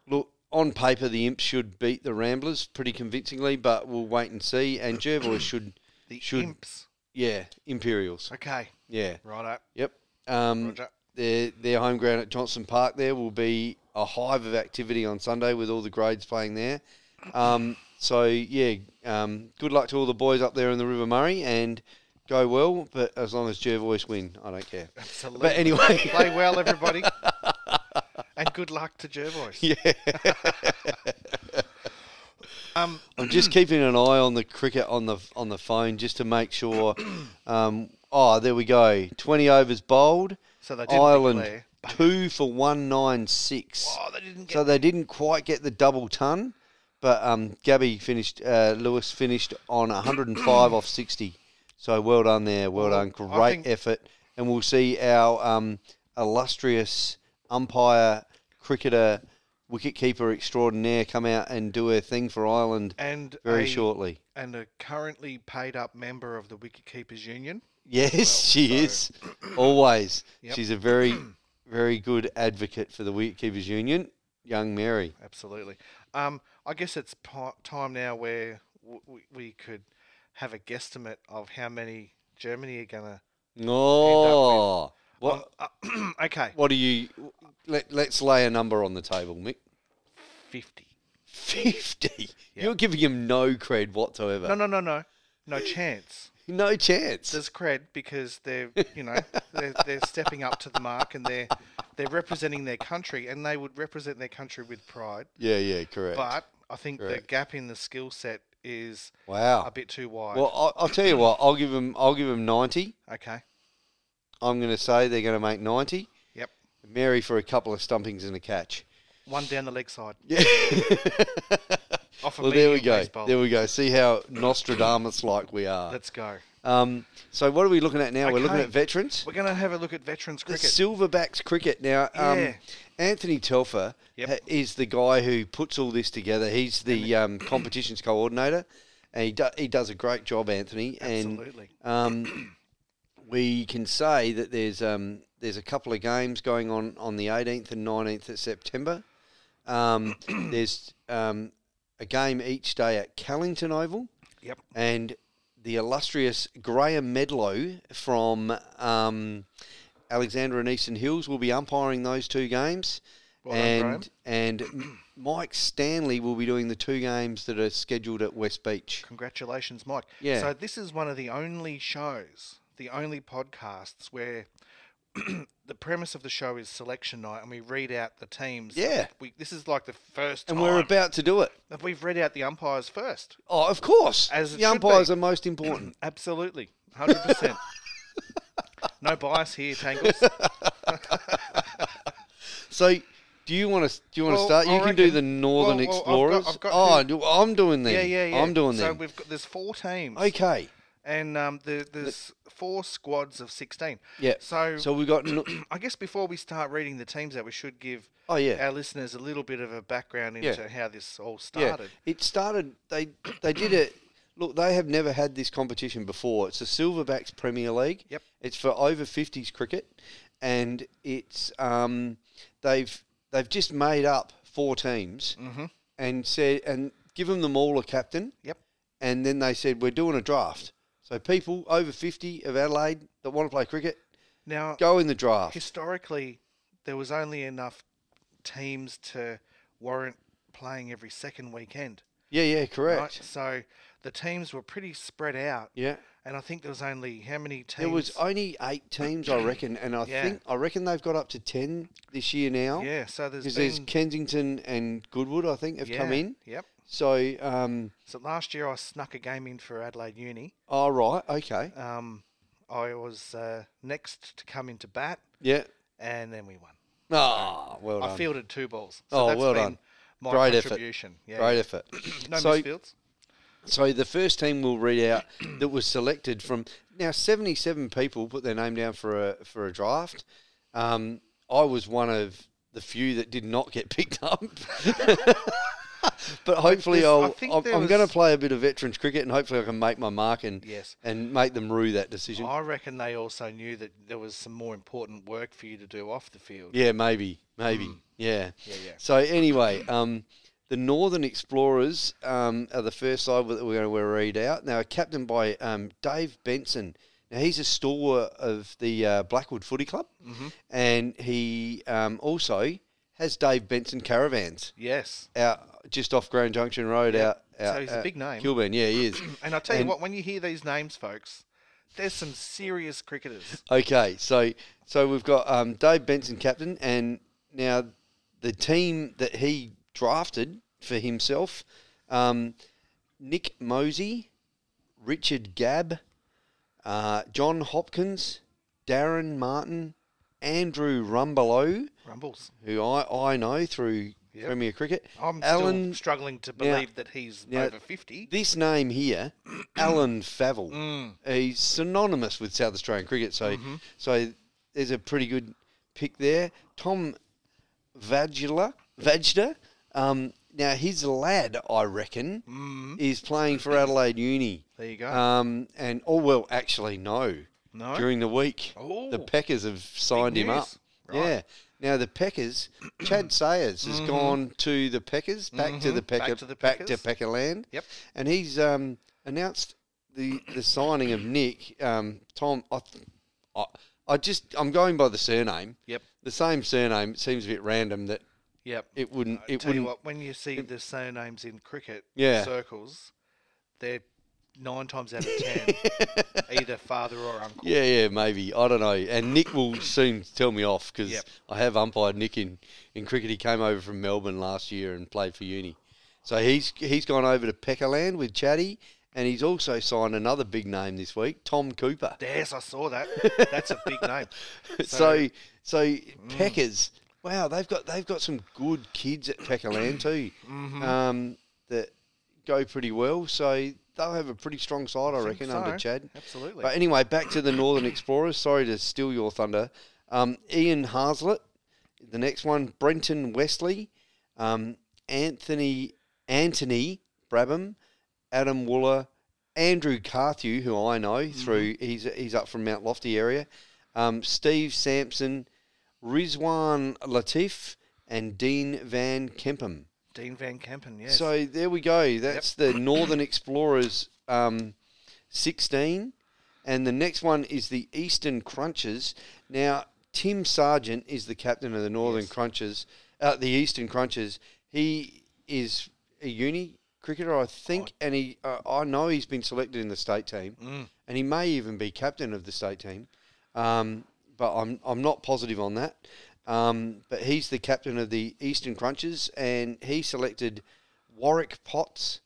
S2: look, on paper the Imps should beat the Ramblers pretty convincingly, but we'll wait and see. And Jervois should,
S1: the
S2: should-
S1: imps.
S2: yeah, Imperials,
S1: Okay.
S2: yeah.
S1: Right up.
S2: Yep. Um,
S1: Roger.
S2: their their home ground at Johnson Park there will be a hive of activity on Sunday with all the grades playing there. Um, so yeah, um, good luck to all the boys up there in the River Murray and go well. But as long as Jervois win, I don't care.
S1: Absolutely.
S2: But
S1: [LAUGHS]
S2: anyway, [LAUGHS]
S1: Play well, everybody. and good luck to Jervois.
S2: yeah,
S1: [LAUGHS] Um,
S2: I'm just keeping an eye on the cricket on the on the phone just to make sure. Um, oh, there we go. Twenty overs bowled.
S1: so they didn't
S2: Ireland
S1: declare.
S2: two for one nine six.
S1: Oh, they didn't get.
S2: So they didn't quite get the double ton, but um, Gabby finished. Uh, Lewis finished on 105 off 60. So well done there. Well
S1: Well,
S2: done.
S1: I
S2: Great
S1: think-
S2: effort. And we'll see our um, illustrious umpire, cricketer, wicketkeeper extraordinaire come out and do her thing for Ireland
S1: and
S2: very
S1: a,
S2: shortly.
S1: And a currently paid up member of the Wicketkeepers Union.
S2: Yes, she is. Always.
S1: Yep.
S2: She's a very, very good advocate for the Wicketkeepers Union. Young Mary.
S1: Absolutely. Um, I guess it's p- time now where w- we, we could have a guesstimate of how many Germany are gonna.
S2: Oh. What,
S1: Um, [COUGHS] okay,
S2: What do you let, let's lay a number on the table, Mick?
S1: fifty.
S2: 50.
S1: Yeah.
S2: You're giving him no cred whatsoever.
S1: No, no, no, no, no chance.
S2: No chance.
S1: There's cred because they're you
S2: [LAUGHS]
S1: know they're, they're stepping up to the mark and they're they're representing their country and they would represent their country with pride.
S2: yeah, yeah, correct.
S1: But I think the
S2: Correct.
S1: gap in the skill set is
S2: wow.
S1: a bit too wide.
S2: Well, I'll, I'll tell you what. I'll give him I'll give him 90.
S1: okay.
S2: I'm going to say they're going to make 90.
S1: Yep.
S2: Mary for a couple of stumpings and a catch. [LAUGHS]
S1: One down the leg side.
S2: Yeah.
S1: Off a
S2: well, there we
S1: medium
S2: go.
S1: pace bowler.
S2: There we go. See how Nostradamus like we are.
S1: Let's go.
S2: Um, so what are we looking at now? We're looking
S1: Okay.
S2: at veterans.
S1: We're going to have a look at veterans
S2: the
S1: cricket.
S2: Silverbacks cricket. Now, um,
S1: Yeah.
S2: Anthony Telfer
S1: Yep.
S2: ha- is the guy who puts all this together. He's the um, competitions coordinator, and he, do, he does a great job, Anthony.
S1: Absolutely.
S2: And um, we can say that there's um, there's a couple of games going on on the 18th and 19th of September.
S1: [CLEARS THROAT]
S2: Um, there's um, a game each day at Callington Oval
S1: Yep.
S2: and the illustrious Graham Medlow from um, Alexandra and Eastern Hills will be umpiring those two games,
S1: Well done,
S2: and and Mike Stanley will be doing the two games that are scheduled at West Beach.
S1: Congratulations, Mike.
S2: Yeah.
S1: So this is one of the only shows, the only podcasts where [CLEARS THROAT] the premise of the show is selection night, and we read out the teams.
S2: Yeah.
S1: We, this is like the first
S2: And
S1: time
S2: we're about to do it.
S1: that we've read out the umpires first.
S2: Oh, of course,
S1: As it
S2: the
S1: should
S2: umpires
S1: be.
S2: are
S1: [CLEARS THROAT]
S2: most important.
S1: Absolutely, hundred
S2: [LAUGHS]
S1: percent. No bias here, Tangles.
S2: So. Do you want to? Do you want to
S1: Well,
S2: start? You
S1: I
S2: can do
S1: reckon-
S2: the Northern
S1: well, well, I've got-
S2: Explorers.
S1: I've got
S2: oh,
S1: who-
S2: do- I'm doing them.
S1: yeah, yeah, yeah.
S2: I'm doing
S1: so
S2: them.
S1: we've got there's four teams.
S2: Okay.
S1: and um, the, there's four squads of sixteen.
S2: Yeah.
S1: So,
S2: So we've got. no-
S1: I guess before we start reading the teams out, we should give
S2: Oh, yeah.
S1: our listeners a little bit of a background
S2: Yeah.
S1: into how this all started.
S2: Yeah, it started. They they did it. Look, they have never had this competition before. It's the Silverbacks Premier League.
S1: Yep.
S2: It's for over fifties cricket, and it's um, they've they've just made up four teams
S1: Mhm.
S2: and said and give them them all a captain.
S1: Yep.
S2: And then they said we're doing a draft. So people over fifty of Adelaide that want to play cricket
S1: Now,
S2: go in the draft.
S1: historically, there was only enough teams to warrant playing every second weekend.
S2: yeah, yeah, correct.
S1: Right? So the teams were pretty spread out,
S2: Yeah.
S1: and I think there was only how many teams?
S2: There was only eight teams, I reckon, and I
S1: Yeah.
S2: think I reckon they've got up to ten this year now.
S1: yeah. So there's
S2: because
S1: been,
S2: there's Kensington and Goodwood, I think, have come
S1: yeah,
S2: in.
S1: Yep.
S2: So, um,
S1: So last year I snuck a game in for Adelaide Uni.
S2: all right, okay,
S1: Um, I was uh, next to come into bat,
S2: yeah. and
S1: and then we won.
S2: Ah, well done.
S1: I fielded two balls.
S2: Oh,
S1: So that's
S2: well
S1: been
S2: done.
S1: My
S2: Great effort.
S1: contribution. Yeah.
S2: Great effort.
S1: [COUGHS] No
S2: So-
S1: misfields.
S2: So the first team we'll read out [CLEARS THROAT] that was selected from now seventy-seven people put their name down for a for a draft. Um, I was one of the few that did not get [LAUGHS] picked up. But hopefully,
S1: there's- I
S2: I'll,
S1: think
S2: I'm,
S1: there
S2: I'm going
S1: was-
S2: to play a bit of veterans cricket, and hopefully, I can make my mark and
S1: Yes.
S2: and make them rue that decision.
S1: I reckon they also knew that there was some more important work for you to do off the field.
S2: Yeah, maybe,
S1: Hmm.
S2: maybe. Yeah.
S1: Yeah, yeah.
S2: So anyway, um, the Northern Explorers um, are the first side that we're going to read out. Now, captained by um, Dave Benson. Now, he's a stalwart of the uh, Blackwood Footy Club,
S1: Mm-hmm.
S2: and he um, also has Dave Benson Caravans
S1: Yes.
S2: out just off Grand Junction Road.
S1: Yeah.
S2: Out, out,
S1: So he's a
S2: out
S1: big name.
S2: Kilburn, yeah, he is.
S1: [CLEARS THROAT] And I tell
S2: And-
S1: you what, when you hear these names, folks, there's some serious cricketers.
S2: Okay, so so we've got um, Dave Benson captain, and now the team that he drafted for himself: um, Nick Mosey, Richard Gabb, uh, John Hopkins, Darren Martin, Andrew Rumbelow,
S1: Rumbles.
S2: who I, I know through
S1: Yep.
S2: Premier Cricket.
S1: I'm
S2: Alan,
S1: still struggling to
S2: now-
S1: believe that he's
S2: now-
S1: over 50.
S2: this name
S1: [CLEARS THROAT]
S2: here, Alan Favell,
S1: Mm.
S2: he's synonymous with South Australian cricket. So,
S1: Mm-hmm.
S2: so there's a pretty good pick there. Tom Vajda, Vajda. Um, now his lad, I reckon,
S1: Mm-hmm.
S2: is playing for Adelaide Uni.
S1: There you go.
S2: Um, and oh well, actually no.
S1: No?
S2: During the week, the
S1: Oh.
S2: Packers have signed him up.
S1: news. Right. Mm-hmm.
S2: Yeah. Now
S1: [CLEARS THROAT]
S2: the Packers, Chad Sayers has gone to the Packers, back to the Packer,
S1: to the
S2: back to
S1: Packers.
S2: Packerland.
S1: Yep.
S2: And he's um, announced the the signing of Nick um, Tom. I, th- I, I just I'm going by the surname.
S1: Yep.
S2: The same surname it seems a bit random that
S1: Yep.
S2: it wouldn't
S1: I
S2: it
S1: tell you
S2: wouldn't.
S1: what, when you see the surnames in cricket
S2: Yeah.
S1: circles, they're nine times
S2: [LAUGHS]
S1: out of ten either father or uncle.
S2: Yeah, yeah, maybe I don't know. And Nick [COUGHS] will soon tell me off because
S1: Yep.
S2: I have umpired Nick in, in cricket. He came over from Melbourne last year and played for Uni. So he's he's gone over to Peckerland with Chatty, and he's also signed another big name this week, Tom Cooper.
S1: Yes, I saw that. That's a big
S2: [LAUGHS]
S1: name.
S2: So Mm. so Packers, wow, they've got they've got some good kids at Peckerland too, [COUGHS]
S1: mm-hmm.
S2: um, that go pretty well. So they'll have a pretty strong side, I, reckon, under
S1: so.
S2: Chad.
S1: Absolutely.
S2: But anyway, back to the Northern Explorers. Sorry to steal your thunder. Um, Ian Haslett, the next one. Brenton Wesley, um, Anthony Anthony Brabham, Adam Wooler, Andrew Carthew, who I know through he's he's up from Mount Lofty area. Um, Steve Sampson, Rizwan Latif, and Dean Van Kempem.
S1: Dean Van Kempen, yes.
S2: So there we go. That's the Northern Explorers um, 16. And the next one is the Eastern Crunchers. Now, Tim Sargent is the captain of the Northern Crunchers, uh, the Eastern Crunchers. He is a uni cricketer, I think, and he uh, I know he's been selected in the state team, and he may even be captain of the state team. Um, but I'm I'm not positive on that. Um, but he's the captain of the Eastern Crunchers, and he selected Warwick Potts,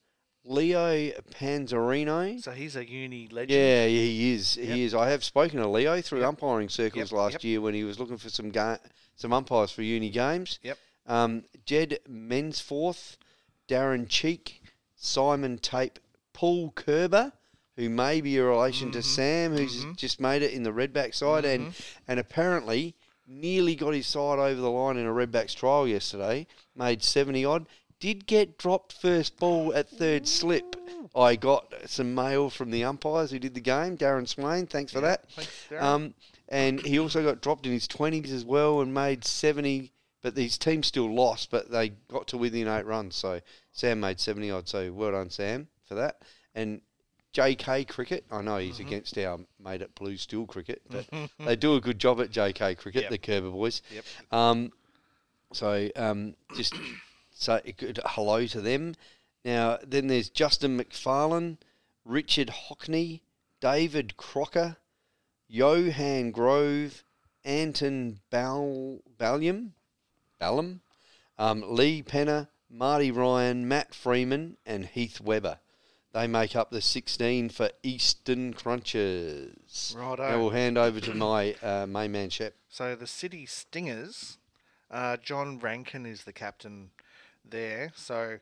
S2: Leo Panzerino.
S1: So he's a uni legend.
S2: Yeah, he is. He is. I have spoken to Leo through umpiring circles
S1: Yep,
S2: last
S1: yep.
S2: year when he was looking for some ga- some umpires for uni games.
S1: Yep.
S2: Um, Jed Mensforth, Darren Cheek, Simon Tape, Paul Kerber, who may be a relation to Sam, who's
S1: mhm.
S2: just made it in the redback side and
S1: Mm-hmm.
S2: and apparently nearly got his side over the line in a redback's trial yesterday. Made seventy odd. Did get dropped first ball at third slip. I got some mail from the umpires who did the game, Darren Swain. Thanks for that.
S1: Thanks, Darren.
S2: Um, and he also got dropped in his 20s as well and made 70. But his team still lost, but they got to within eight runs. So Sam made 70 odd. So well done, Sam, for that. And JK Cricket, I know he's against our mate at Blue Steel Cricket, but they do a good job at JK Cricket,
S1: Yep.
S2: the Kerber boys.
S1: Yep.
S2: Um, so um, just say a good hello to them. Now, then there's Justin McFarlane, Richard Hockney, David Crocker, Johan Grove, Anton Bal- Ballium, Ballum, um, Lee Penner, Marty Ryan, Matt Freeman, and Heath Webber. They make up the 16 for Eastern Crunchers.
S1: Righto.
S2: I will hand over to my uh, main man, Shep.
S1: So the City Stingers, uh, John Rankin is the captain there. So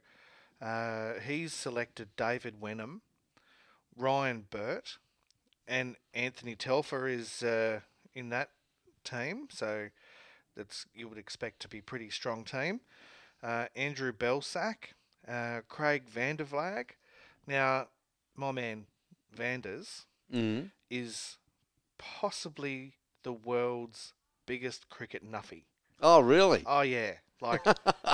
S1: uh, he's selected David Wenham, Ryan Burt, and Anthony Telfer is uh, in that team. So that's you would expect to be pretty strong team. Uh, Andrew Belsack, uh, Craig Vandervlag. Now, my man Vanders Mm-hmm.
S2: Mm.
S1: is possibly the world's biggest cricket nuffy.
S2: Oh, really?
S1: Oh yeah,
S2: [LAUGHS]
S1: like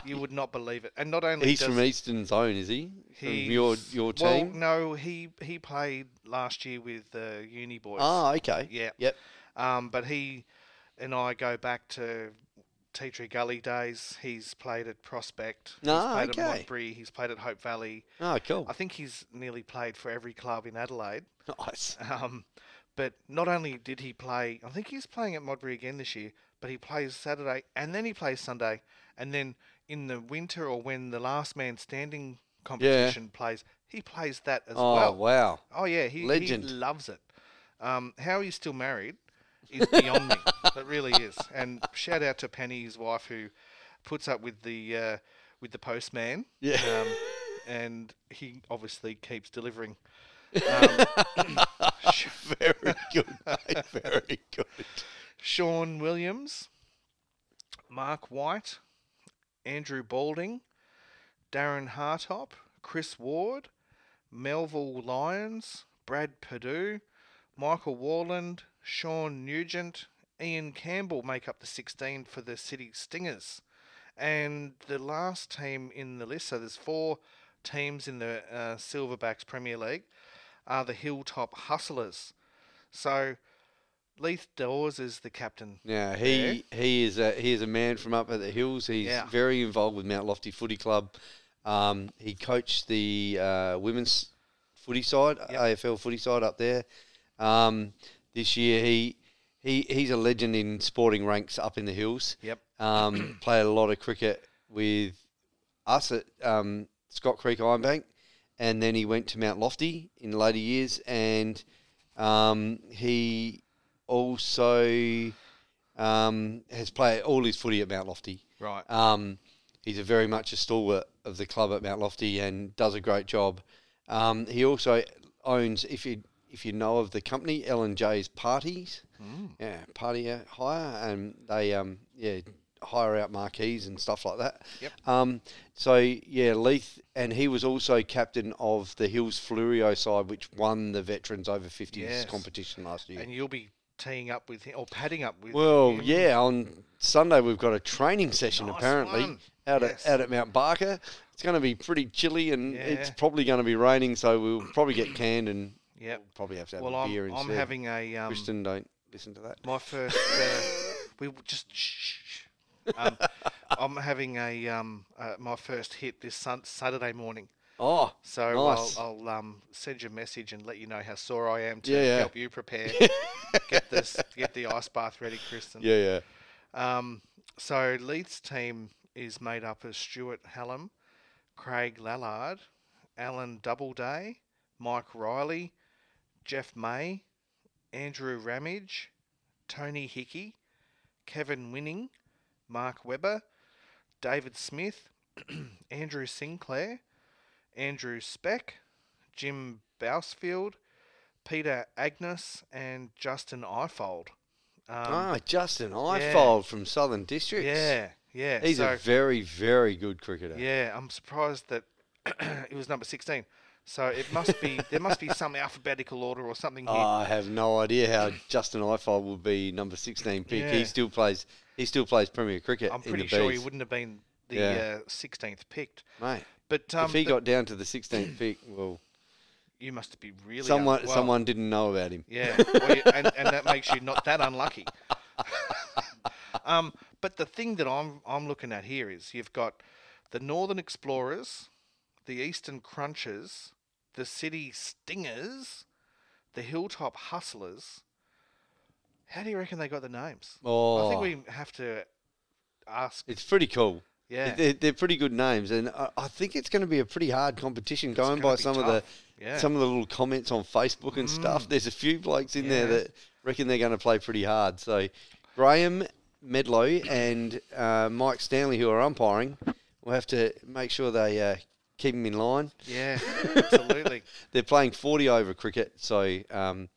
S1: you would not believe it. And not only
S2: He's
S1: does
S2: from Eastern Zone, is he? From your
S1: he's-
S2: your
S1: well,
S2: team?
S1: no, he he played last year with the Uni Boys.
S2: Ah, okay.
S1: Yeah.
S2: Yep.
S1: Um, but he and I go back to Tea Tree Gully days. He's played at Prospect.
S2: Ah,
S1: he's played at
S2: okay.
S1: Montbury. He's played at Hope Valley.
S2: Oh, cool.
S1: I think he's nearly played for every club in Adelaide.
S2: Nice.
S1: Um, but not only did he play, I think he's playing at Modbury again this year, but he plays Saturday and then he plays Sunday. And then in the winter or when the last man standing competition plays, he plays that as
S2: Oh,
S1: well.
S2: wow.
S1: Oh, yeah. He,
S2: Legend.
S1: he loves it. Um, how he's still married is beyond
S2: [LAUGHS]
S1: me. It really is. And shout out to Penny, his wife, who puts up with the, uh, with the postman
S2: Yeah. [LAUGHS]
S1: um, and he obviously keeps delivering. Um, [LAUGHS]
S2: very good, mate. Very good.
S1: Sean Williams, Mark White, Andrew Balding, Darren Hartop, Chris Ward, Melville Lyons, Brad Perdue, Michael Warland, Sean Nugent, Ian Campbell make up the 16 for the City Stingers. And the last team in the list, so there's four teams in the uh, Silverbacks Premier League, are the Hilltop Hustlers. So Leith Dawes is the captain.
S2: Now he he is a he is a man from up at the hills. He's
S1: Yeah.
S2: very involved with Mount Lofty Footy Club. Um, he coached the uh, women's footy side,
S1: Yep.
S2: AFL footy side up there. Um, this year he he he's a legend in sporting ranks up in the hills.
S1: Yep.
S2: Um, played a lot of cricket with us at um, Scott Creek Iron Bank, and then he went to Mount Lofty in later years, and um, he also um, has played all his footy at Mount Lofty.
S1: Right.
S2: Um, he's a very much a stalwart of the club at Mount Lofty and does a great job. Um, he also owns, if you if you know of the company, L and J's Parties,
S1: Hmm.
S2: yeah, party uh, hire, and they um yeah hire out marquees and stuff like that.
S1: Yep.
S2: Um, so yeah, Leith, and he was also captain of the Hills Flurio side, which won the veterans over fifties
S1: Yes.
S2: competition last year.
S1: And you'll be teeing up with him or padding up with
S2: Well,
S1: him.
S2: yeah, on Sunday we've got a training session
S1: Nice
S2: apparently
S1: one.
S2: out
S1: Yes.
S2: at out at Mount Barker. It's going to be pretty chilly and it's
S1: Yeah.
S2: probably going to be raining, so we'll probably get canned and
S1: Yep.
S2: probably have to have
S1: Well,
S2: a
S1: I'm,
S2: beer instead.
S1: I'm having a um,
S2: Kristen, don't listen to that.
S1: my first. Uh,
S2: [LAUGHS]
S1: we w- just shh. shh, shh. Um, I'm having a um uh, my first hit this sun- Saturday morning.
S2: Oh,
S1: So
S2: Nice.
S1: I'll, I'll um send you a message and let you know how sore I am to
S2: Yeah, yeah.
S1: help you
S2: [LAUGHS]
S1: prepare. get this, get the ice bath ready, Kristen.
S2: yeah, yeah.
S1: Um, so Leith's team is made up of Stuart Hallam, Craig Lallard, Alan Doubleday, Mike Riley, Jeff May, Andrew Ramage, Tony Hickey, Kevin Winning, Mark Webber, David Smith, [CLEARS THROAT] Andrew Sinclair, Andrew Speck, Jim Bousfield, Peter Agnes and Justin Ifold. Um,
S2: ah, Justin
S1: yeah.
S2: Ifold from Southern Districts.
S1: yeah, yeah.
S2: He's
S1: so,
S2: a very, very good cricketer.
S1: yeah, I'm surprised that [CLEARS THROAT] it was number 16. So it must be there must be some alphabetical order or something here.
S2: I have no idea how Justin Ifold would be number 16 pick.
S1: Yeah.
S2: He still plays. He still plays Premier cricket.
S1: I'm
S2: in
S1: pretty
S2: the
S1: sure he
S2: Bees.
S1: wouldn't have been the
S2: Yeah.
S1: uh, 16th picked.
S2: Mate,
S1: But um,
S2: if he
S1: but
S2: got down to the 16th pick, well,
S1: you must be really
S2: someone
S1: unwell.
S2: someone didn't know about him.
S1: Yeah, well, you- and, and that makes you not that unlucky. [LAUGHS] um, but the thing that I'm I'm looking at here is you've got the Northern Explorers, the Eastern Crunchers, the City Stingers, the Hilltop Hustlers. How do you reckon they got the names? I
S2: [LAUGHS] Oh,
S1: think we have to ask.
S2: it's pretty cool.
S1: Yeah,
S2: They're, they're pretty good names, and I, I think it's going to be a pretty hard competition going
S1: gonna
S2: by
S1: be
S2: some of the
S1: tough. yeah. Mm.
S2: some of the little comments on Facebook and stuff. There's a few blokes in there
S1: Yeah.
S2: that reckon they're going to play pretty hard. So Graham Medlow and uh, Mike Stanley, who are umpiring, will have to make sure they uh, keep him in line. [LAUGHS]
S1: Yeah, absolutely.
S2: They're playing 40 over cricket, so um,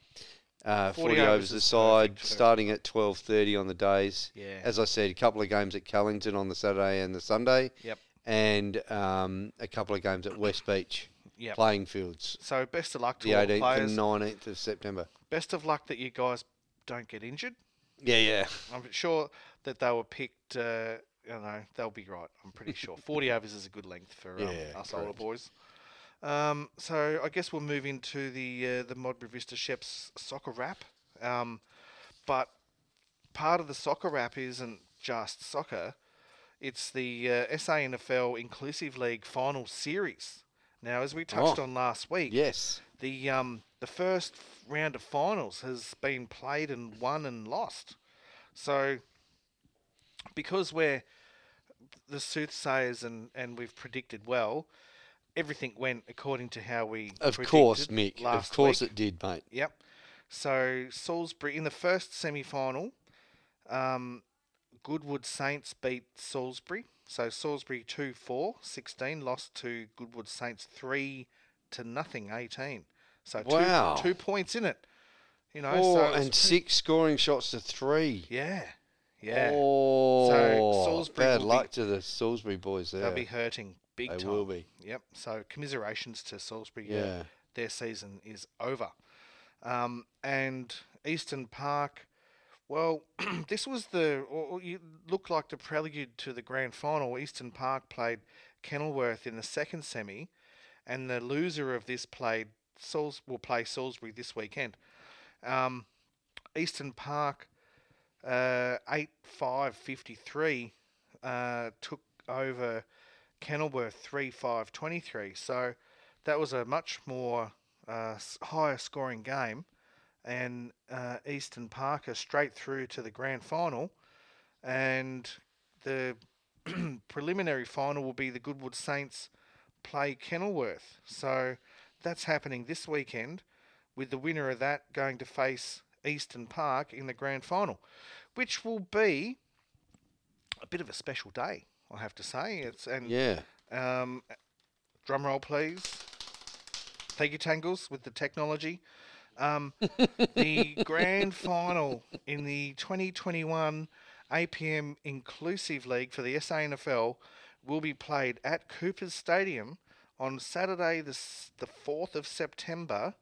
S2: uh, 40,
S1: 40
S2: overs
S1: overs
S2: the
S1: is
S2: side,
S1: perfect for-
S2: starting at 12:30 on the days.
S1: Yeah.
S2: As I said, a couple of games at Callington on the Saturday and the Sunday,
S1: Yep.
S2: and um, a couple of games at West Beach
S1: Yep.
S2: playing fields.
S1: So best of luck to
S2: The
S1: all
S2: 18th
S1: the players.
S2: and 19th of September.
S1: Best of luck that you guys don't get injured.
S2: Yeah, yeah.
S1: I'm sure that they were picked. Uh, I don't know. They'll be right. I'm pretty
S2: [LAUGHS]
S1: sure. 40 overs is a good length for um,
S2: Yeah,
S1: us older
S2: correct.
S1: boys. Um, so I guess we'll move into the uh, the Modbury Vista Sheps soccer wrap. Um, but part of the soccer wrap isn't just soccer. It's the uh, SANFL Inclusive League final series. Now, as we touched
S2: Oh.
S1: on last week, [LAUGHS]
S2: Yes.
S1: the um the first round of finals has been played and won and lost. So because we're the soothsayers and, and we've predicted well, everything went according to how we
S2: Of
S1: predicted
S2: course, Mick. Of
S1: last
S2: course
S1: week.
S2: it did, mate.
S1: Yep. So Salisbury in the first semi final, um, Goodwood Saints beat Salisbury. So Salisbury 2 4, 16, lost to Goodwood Saints 3 to nothing, 18. So two,
S2: Wow.
S1: two points in it. You know,
S2: Four
S1: so it was
S2: and
S1: pretty-
S2: six scoring shots to three.
S1: Yeah. Yeah.
S2: Oh,
S1: Salisbury
S2: bad
S1: will be-
S2: luck to the Salisbury boys there.
S1: They'll be hurting big
S2: They
S1: time.
S2: will be.
S1: Yep. So commiserations to Salisbury. uh,
S2: Yeah.
S1: their season is over. Um, and Eastern Park, well, [CLEARS THROAT] this was the or or you looked like the prelude to the grand final. Eastern Park played Kenilworth in the second semi, and the loser of this played Sals will play Salisbury this weekend. Um, Eastern Park, uh, eight five fifty three, uh, took over Kenilworth three five twenty three. So that was a much more uh, s- higher scoring game, and uh, Eastern Parker straight through to the grand final, and the [CLEARS THROAT] preliminary final will be the Goodwood Saints play Kenilworth. So that's happening this weekend, with the winner of that going to face Eastern Park in the grand final, which will be a bit of a special day, I have to say. It's and
S2: Yeah.
S1: um, drum roll, please. Thank you, Tangles, with the technology. Um, the grand final in the 2021 APM Inclusive League for the SANFL will be played at Cooper's Stadium on Saturday, the, s- the 4th of September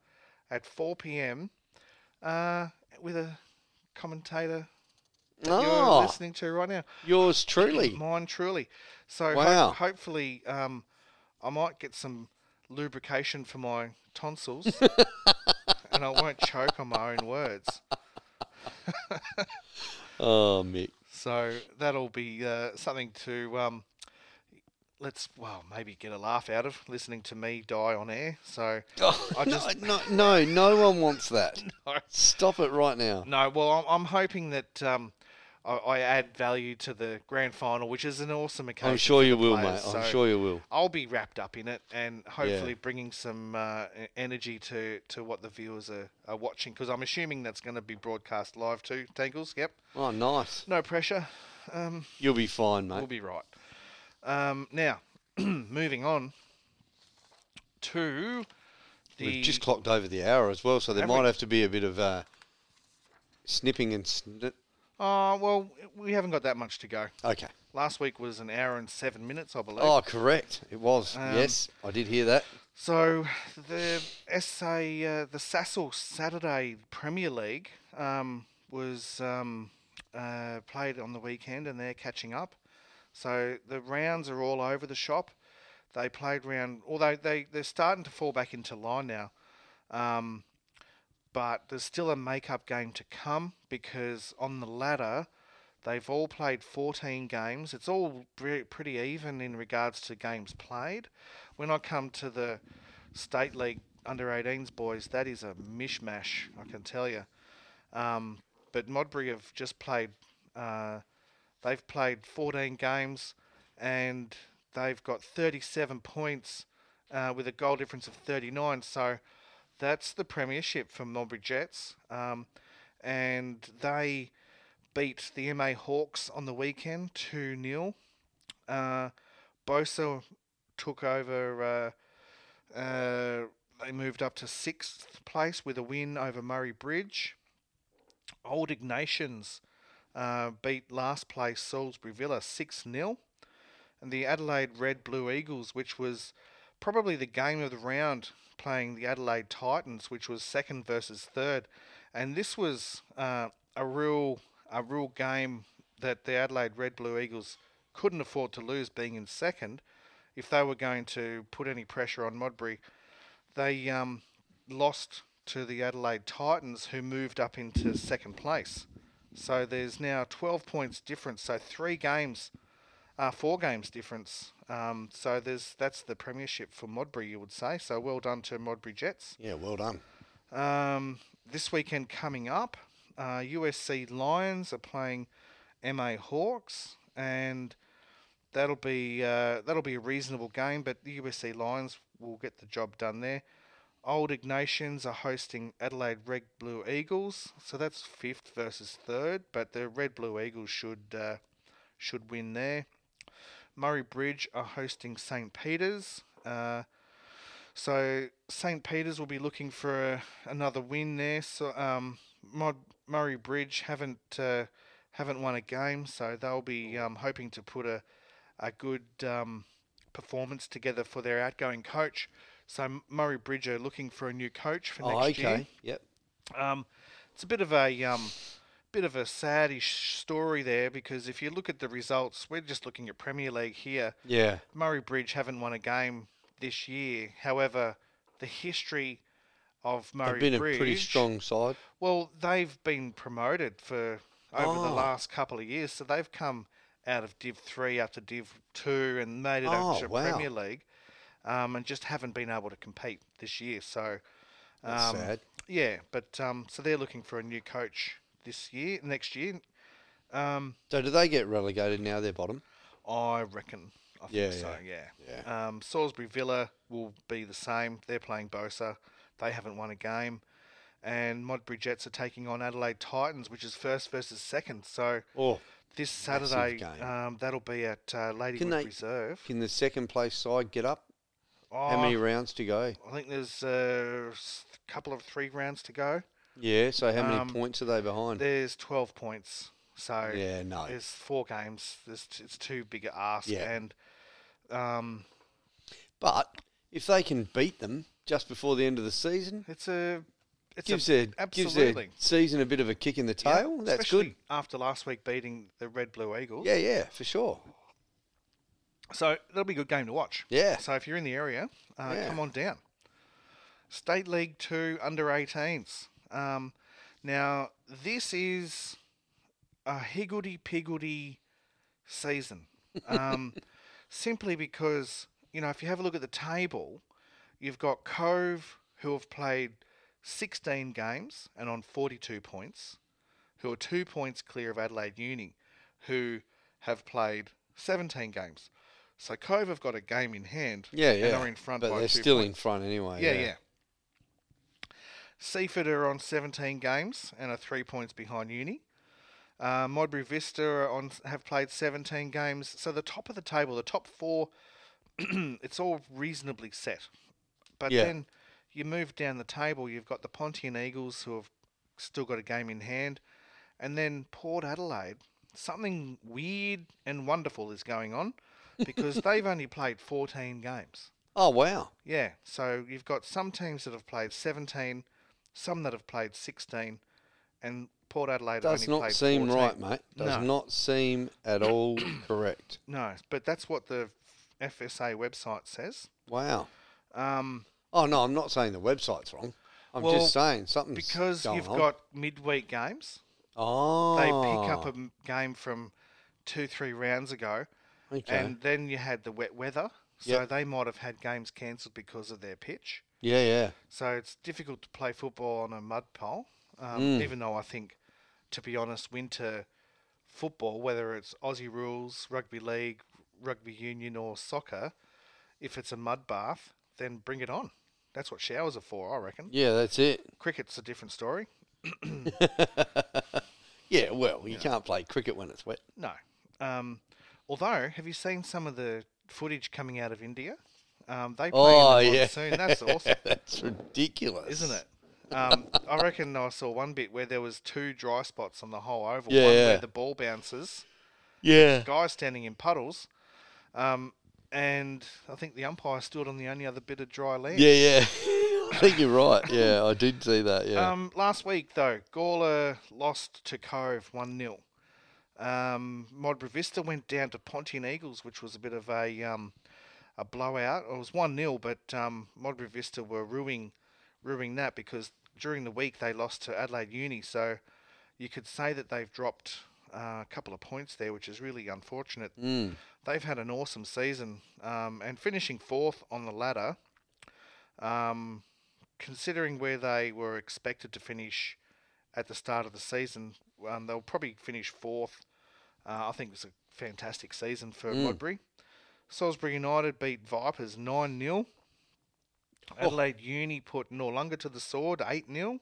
S1: at 4 p.m. Uh, with a commentator you're
S2: Ah,
S1: listening to right now.
S2: yours truly.
S1: Mine truly. So ho-
S2: Wow.
S1: hopefully, um, I might get some lubrication for my tonsils,
S2: [LAUGHS]
S1: and I won't choke on my own words.
S2: Oh, Mick.
S1: So that'll be uh, something to um, let's well maybe get a laugh out of listening to me die on air. So I just-
S2: [LAUGHS] [LAUGHS] no, no, no, [LAUGHS] no one wants that.
S1: No.
S2: Stop it right now.
S1: no, well I'm, I'm hoping that um, I, I add value to the grand final, which is an awesome occasion.
S2: I'm sure
S1: for
S2: you
S1: the
S2: will, mate.
S1: players.
S2: I'm
S1: So-
S2: sure you will.
S1: I'll be wrapped up in it and hopefully bringing some uh, e- energy to, to what the viewers are, are watching because I'm assuming that's going to be broadcast live too. Tangles, yep.
S2: Oh, nice.
S1: No pressure. Um,
S2: You'll be fine, mate.
S1: we'll be right. [CLEARS THROAT] Um, now, moving on to The-
S2: We've just clocked over the hour as well, so there
S1: Have we?
S2: might have to be a bit of uh, snipping and snip.
S1: Oh, well, we haven't got that much to go.
S2: Okay.
S1: Last week was an hour and seven minutes, I believe.
S2: Oh, correct. It was.
S1: Um,
S2: yes, I did hear that.
S1: So the SA, uh, the Sassel Saturday Premier League um, was um, uh, played on the weekend, and they're catching up. So the rounds are all over the shop. They played round, although they they're starting to fall back into line now. Um, but there's still a make-up game to come because on the ladder, they've all played 14 games. It's all pre- pretty even in regards to games played. When I come to the state league under 18s boys, that is a mishmash, I can tell you. Um, but Modbury have just played. Uh, they've played 14 games, and they've got 37 points uh, with a goal difference of 39. So that's the premiership for Modbury Jets, um, and they beat the MA Hawks on the weekend 2 0. Uh, Bosa took over. Uh, uh, they moved up to sixth place with a win over Murray Bridge. Old Ignations uh, beat last place Salisbury Villa 6 0. And the Adelaide Red Blue Eagles, which was probably the game of the round, playing the Adelaide Titans, which was second versus third. And this was uh, a real a real game that the Adelaide Red Blue Eagles couldn't afford to lose, being in second. If they were going to put any pressure on Modbury, they um, lost to the Adelaide Titans, who moved up into second place. So there's now 12 points difference. So three games, uh, four games difference. Um, so there's that's the premiership for Modbury, you would say. So well done to Modbury Jets.
S2: Yeah, well done.
S1: Um, this weekend coming up, uh, USC Lions are playing MA Hawks, and that'll be uh, that'll be a reasonable game. But the USC Lions will get the job done there. Old Ignatians are hosting Adelaide Red Blue Eagles, so that's fifth versus third. But the Red Blue Eagles should uh, should win there. Murray Bridge are hosting St Peters. Uh, so St. Peter's will be looking for a, another win there. So um, Mod, Murray Bridge haven't uh, haven't won a game, so they'll be um, hoping to put a a good um, performance together for their outgoing coach. So M- Murray Bridge are looking for a new coach for next
S2: Oh,
S1: year.
S2: okay. Yep.
S1: Um, it's a bit of a um, bit of a saddish story there because if you look at the results, we're just looking at Premier League here.
S2: Yeah.
S1: Murray Bridge haven't won a game this year. However, the history of Murray
S2: They've been
S1: Bridge,
S2: a pretty strong side.
S1: Well, they've been promoted for over the
S2: Oh.
S1: last couple of years, so they've come out of Div Three up to Div Two and made it
S2: Oh,
S1: up to
S2: wow.
S1: Premier League, um, and just haven't been able to compete this year. So,
S2: That's
S1: um,
S2: sad.
S1: yeah, but um, so they're looking for a new coach this year, next year. Um,
S2: So do they get relegated now? They're bottom.
S1: I reckon. I think
S2: Yeah,
S1: so. yeah.
S2: Yeah.
S1: Um, Salisbury Villa will be the same. They're playing Bosa. They haven't won a game. And Modbury Jets are taking on Adelaide Titans, which is first versus second. So
S2: Oh,
S1: this
S2: Massive
S1: Saturday,
S2: game.
S1: um, that'll be at uh, Ladywood
S2: Can they-
S1: Reserve.
S2: can the second place side get up?
S1: Oh,
S2: How many rounds to go?
S1: I think there's a couple of three rounds to go.
S2: Yeah. So how many
S1: Um,
S2: points are they behind?
S1: There's 12 points. So
S2: Yeah. No.
S1: there's four games. There's t- it's too big a ask.
S2: Yeah.
S1: And um,
S2: But if they can beat them just before the end of the season,
S1: it's a. It's a
S2: gives their gives their
S1: absolutely.
S2: season a bit of a kick in the
S1: Yeah,
S2: tail. That's
S1: especially
S2: good.
S1: After last week beating the Red Blue Eagles.
S2: Yeah. Yeah. For sure.
S1: So that'll be a good game to watch.
S2: Yeah.
S1: So if you're in the area, uh,
S2: Yeah.
S1: come on down. State League 2 under 18s. Um, now, this is a higgledy piggledy
S2: [LAUGHS]
S1: season. Um, simply because, you know, if you have a look at the table, you've got Cove, who have played 16 games and on 42 points, who are two points clear of Adelaide Uni, who have played 17 games. So Cove have got a game in hand
S2: Yeah. Yeah.
S1: and are in front
S2: but
S1: by
S2: they're
S1: two
S2: still
S1: points.
S2: in front anyway.
S1: Yeah, yeah. Seaford are on 17 games and are three points behind Uni. Uh, Modbury Vista are on have played 17 games. So the top of the [CLEARS THROAT] table, the top four, it's all reasonably set. But
S2: Yeah.
S1: then You move down the table, you've got the Pontian Eagles who have still got a game in hand, and then Port Adelaide. Something weird and wonderful is going on because they've only played 14 games.
S2: Oh wow.
S1: Yeah, so you've got some teams that have played 17, some that have played 16, and Port Adelaide have
S2: Does
S1: only
S2: not
S1: played
S2: seem
S1: 14.
S2: right, mate. Does
S1: No.
S2: not seem
S1: [COUGHS]
S2: at all correct.
S1: No, but that's what the FSA website says.
S2: Wow.
S1: Um,
S2: Oh no, I'm not saying the website's wrong. I'm
S1: Well,
S2: just saying something's
S1: because
S2: going
S1: you've
S2: on.
S1: got midweek games,
S2: oh,
S1: they pick up a m- game from two, three rounds ago,
S2: okay.
S1: and then you had the wet weather, so
S2: Yep.
S1: they might have had games cancelled because of their pitch.
S2: yeah, yeah.
S1: So it's difficult to play football on a mud pole, um,
S2: Mm.
S1: even though I think, to be honest, winter football, whether it's Aussie rules, rugby league, rugby union, or soccer, if it's a mud bath, then bring it on. That's what showers are for, I reckon.
S2: Yeah, that's it.
S1: Cricket's a different story.
S2: Yeah, well, you can't play cricket when it's wet. [LAUGHS]
S1: No. Um, although, have you seen some of the footage coming out of India? Um, they play
S2: Oh,
S1: in the
S2: yeah.
S1: monsoon. That's awesome,
S2: That's ridiculous.
S1: isn't it? Um, I reckon I saw one bit where there was two dry spots on the whole oval.
S2: Yeah,
S1: one
S2: yeah.
S1: where the ball bounces,
S2: Yeah.
S1: guys standing in puddles, um, and I think the umpire stood on the only other bit of dry land.
S2: Yeah, yeah. [LAUGHS] I think you're right. Yeah, I did see that. Yeah.
S1: Um, last week though, Gawler lost to Cove one 0 Um, Modra Vista went down to Pontian Eagles, which was a bit of a um, a blowout. It was one 0 but um, Modra Vista were ruining ruining that because during the week they lost to Adelaide Uni, so you could say that they've dropped uh, a couple of points there, which is really unfortunate.
S2: Mm.
S1: They've had an awesome season, um, and finishing fourth on the ladder. Um, considering where they were expected to finish at the start of the season, um, they'll probably finish fourth. Uh, I think it was a fantastic season for
S2: Mm.
S1: Modbury. Salisbury United beat Vipers 9 0. Adelaide Uni put Norlunga to the sword 8 0.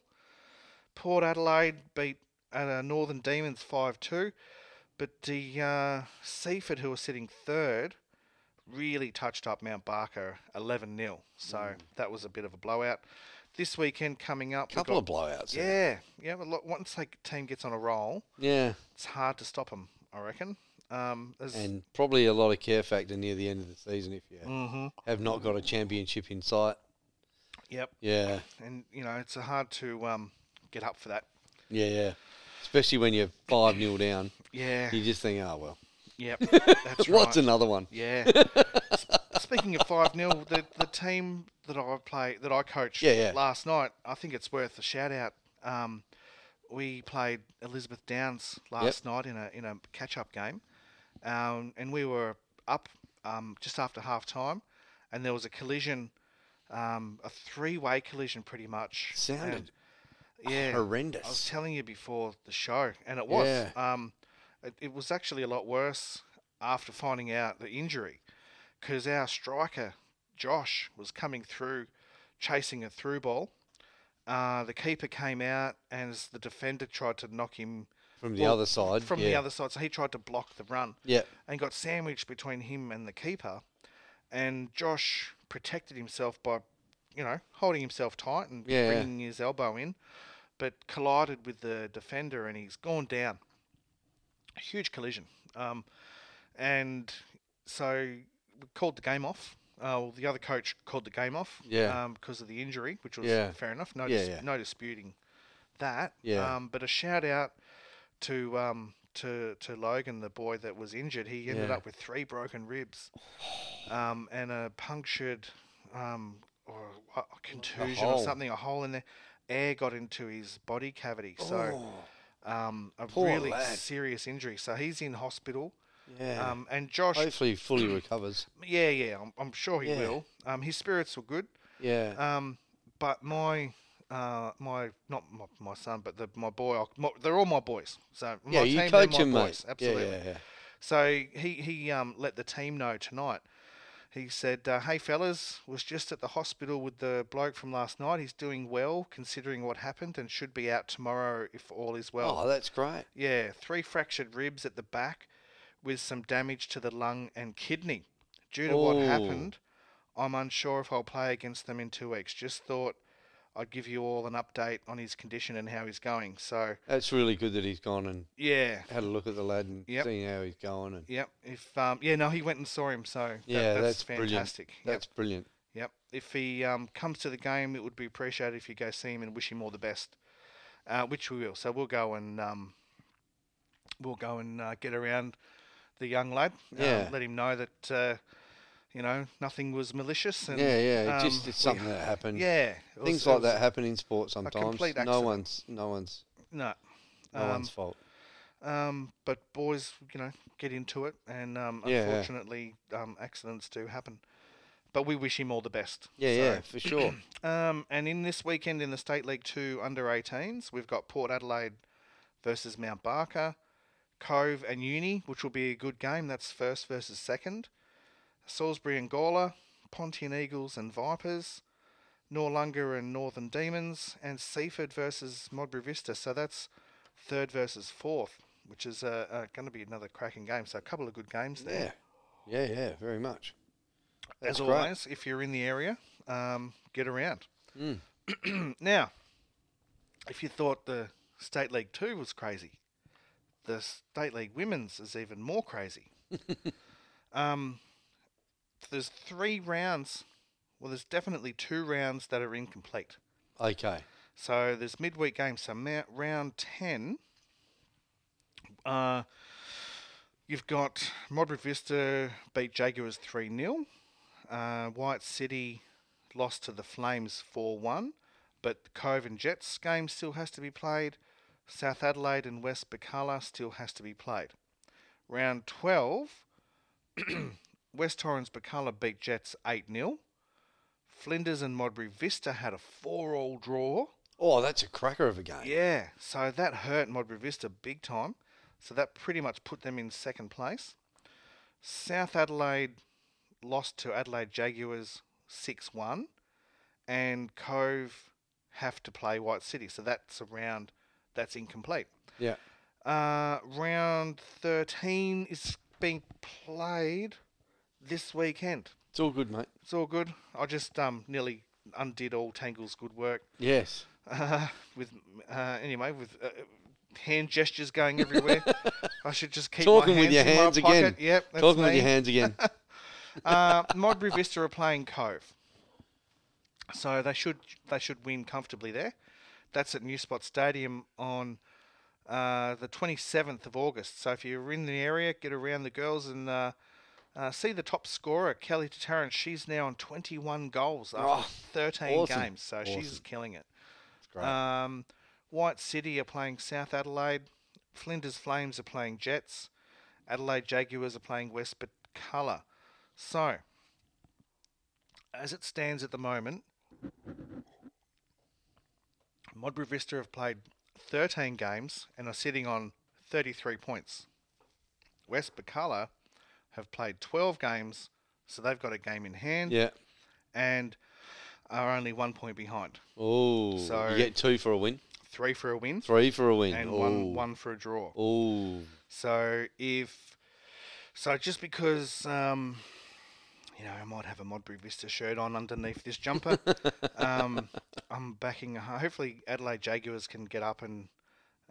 S1: Port Adelaide beat uh, Northern Demons 5 2. But the uh, Seaford, who are sitting third, really touched up Mount Barker 11 0. So
S2: Mm.
S1: that was a bit of a blowout. This weekend coming up. we've
S2: Couple
S1: got-
S2: of blowouts. there.
S1: yeah, yeah. But look, once a team gets on a roll,
S2: Yeah.
S1: it's hard to stop them. I reckon. Um, there's-
S2: And probably a lot of care factor near the end of the season if you
S1: Mhm,
S2: have not got a championship in sight.
S1: Yep.
S2: Yeah.
S1: And you know, it's hard to um, get up for that.
S2: Yeah, yeah. Especially when you're 5 0 down,
S1: Yeah.
S2: you just think, oh, well, [LAUGHS]
S1: Yep. That's right.
S2: what's another one?
S1: Yeah.
S2: [LAUGHS]
S1: S- Speaking of five 0 the the team that I play that I coached
S2: Yeah, yeah.
S1: last night, I think it's worth a shout out. Um, we played Elizabeth Downs last night in a in a catch up game, um, and we were up um, just after half time, and there was a collision, um, a three way collision pretty much.
S2: Sounded
S1: And- yeah. I was
S2: horrendous.
S1: telling you before the show, and it was.
S2: Yeah.
S1: Um, it, it was actually a lot worse after finding out the injury, because our striker Josh was coming through, chasing a through ball. Uh, the keeper came out, and as the defender tried to knock him
S2: From the
S1: well,
S2: other side.
S1: from
S2: yeah.
S1: the other side, so he tried to block the run
S2: Yeah.
S1: and got sandwiched between him and the keeper. And Josh protected himself by, you know, holding himself tight and
S2: Yeah.
S1: bringing his elbow in, but collided with the defender and he's gone down. A huge collision. Um, and so we called the game off. Uh, well, the other coach called the game off
S2: Yeah.
S1: um, because of the injury, which was
S2: Yeah.
S1: fair enough. No,
S2: Yeah,
S1: dis-
S2: yeah.
S1: no disputing that.
S2: Yeah.
S1: Um, but a shout out to um to to Logan, the boy that was injured. He ended
S2: Yeah.
S1: up with three broken ribs, um, and a punctured um or a a contusion or
S2: hole.
S1: something, a hole in there. Air got into his body cavity, so
S2: Oh,
S1: um, a
S2: poor
S1: really
S2: lad.
S1: serious injury. So he's in hospital.
S2: yeah.
S1: Um, and Josh,
S2: Hopefully,
S1: [CLEARS THROAT]
S2: he fully recovers.
S1: yeah, yeah, I'm, I'm sure he
S2: Yeah.
S1: will. Um, his spirits were good.
S2: Yeah.
S1: Um, but my, uh, my not my, my son, but the, my boy, my, they're all my boys. So my
S2: yeah,
S1: team,
S2: you
S1: they're
S2: coach
S1: my
S2: him, mate.
S1: boys. Absolutely.
S2: Yeah, yeah, yeah.
S1: So he he um, let the team know tonight. He said, uh, "Hey fellas, was just at the hospital with the bloke from last night. He's doing well considering what happened, and should be out tomorrow if all is well."
S2: oh, that's great.
S1: Yeah, three fractured ribs at the back with some damage to the lung and kidney. Due to what
S2: Oh.
S1: happened, I'm unsure if I'll play against them in two weeks. Just thought I'd give you all an update on his condition and how he's going. So,
S2: That's really good that he's gone and
S1: yeah.
S2: had a look at the lad and
S1: Yep.
S2: seen how he's going. And
S1: Yep. If um, yeah, no, he went and saw him, so that-
S2: yeah,
S1: that's,
S2: that's, brilliant.
S1: fantastic.
S2: That's brilliant.
S1: Yep. If he um, comes to the game, it would be appreciated if you go see him and wish him all the best, uh, which we will. So we'll go and um, we'll go and uh, get around the young lad. um,
S2: Yeah.
S1: let him know that uh, you know nothing was malicious. And,
S2: yeah, yeah. it
S1: um,
S2: just
S1: we-
S2: it's something that happened.
S1: Yeah. it was-
S2: Things
S1: it
S2: like
S1: was-
S2: that happen in sport sometimes.
S1: complete
S2: No
S1: accident.
S2: one's, no one's,
S1: No.
S2: no
S1: Um,
S2: one's fault.
S1: Um, but boys, you know, get into it, and um,
S2: Yeah, yeah.
S1: unfortunately, um, accidents do happen. But we wish him all the best.
S2: Yeah,
S1: So,
S2: yeah,
S1: [CLEARS THROAT]
S2: for sure.
S1: Um, and in this weekend in the State League 2 under 18s, we've got Port Adelaide versus Mount Barker, Cove and Uni, which will be a good game. That's first versus second. Salisbury and Gawler, Pontian Eagles and Vipers, Norlunga and Northern Demons, and Seaford versus Modbury Vista. So that's third versus fourth, which is uh, uh, going to be another cracking game. So a couple of good games there
S2: yeah, yeah, yeah. Very much. That's
S1: as
S2: great.
S1: always, if you're in the area, um, get around.
S2: Mm.
S1: [CLEARS THROAT] now, if you thought the State League 2 was crazy, the State League Women's is even more
S2: [LAUGHS]
S1: crazy. um, there's three rounds. Well, there's definitely two rounds that are incomplete.
S2: Okay.
S1: So there's midweek games. So ma- round 10, uh, you've got Modbury Vista beat Jaguars 3 0. Uh, White City lost to the Flames 4 1. But the Cove and Jets game still has to be played. South Adelaide and West Bacala still has to be played. Round 12, [CLEARS THROAT] West Torrens Bacala beat Jets 8 0. Flinders and Modbury Vista had a four all draw.
S2: Oh, that's a cracker of a game.
S1: Yeah, so that hurt Modbury Vista big time. So that pretty much put them in second place. South Adelaide lost to Adelaide Jaguars 6 1, and Cove have to play White City. So that's a round that's incomplete.
S2: Yeah.
S1: Uh, round 13 is being played this weekend.
S2: It's all good, mate.
S1: It's all good. I just um, nearly undid all Tangle's good work
S2: Yes.
S1: uh, with uh, anyway with uh, hand gestures going
S2: [LAUGHS]
S1: everywhere. I should just keep
S2: Talking
S1: my
S2: with
S1: hands
S2: your
S1: in my
S2: hands again.
S1: pocket. Yep, that's
S2: Talking
S1: me.
S2: with your
S1: [LAUGHS]
S2: hands again.
S1: Uh, Modbury Vista are playing Cove, so they should they should win comfortably there. That's at New Spot Stadium on uh, the 27th of August. So if you're in the area, get around the girls and uh, uh, see the top scorer Kelly Tarrant. She's now on 21 goals after
S2: Oh,
S1: 13
S2: awesome.
S1: games, so she's
S2: Awesome.
S1: killing it.
S2: It's great.
S1: Um, White City are playing South Adelaide. Flinders Flames are playing Jets. Adelaide Jaguars are playing West Bacala. So, as it stands at the moment, Modbury Vista have played 13 games and are sitting on 33 points. West Bacala have played 12 games, so they've got a game in hand
S2: yeah.
S1: and are only one point behind.
S2: Oh.
S1: So-
S2: you get two for a win,
S1: Three for a win.
S2: three for a win,
S1: and
S2: oh.
S1: one one for a draw.
S2: Oh.
S1: So if so, just because um, you know I might have a Modbury Vista shirt on underneath this
S2: [LAUGHS]
S1: jumper, um, I'm backing. Hopefully, Adelaide Jaguars can get up and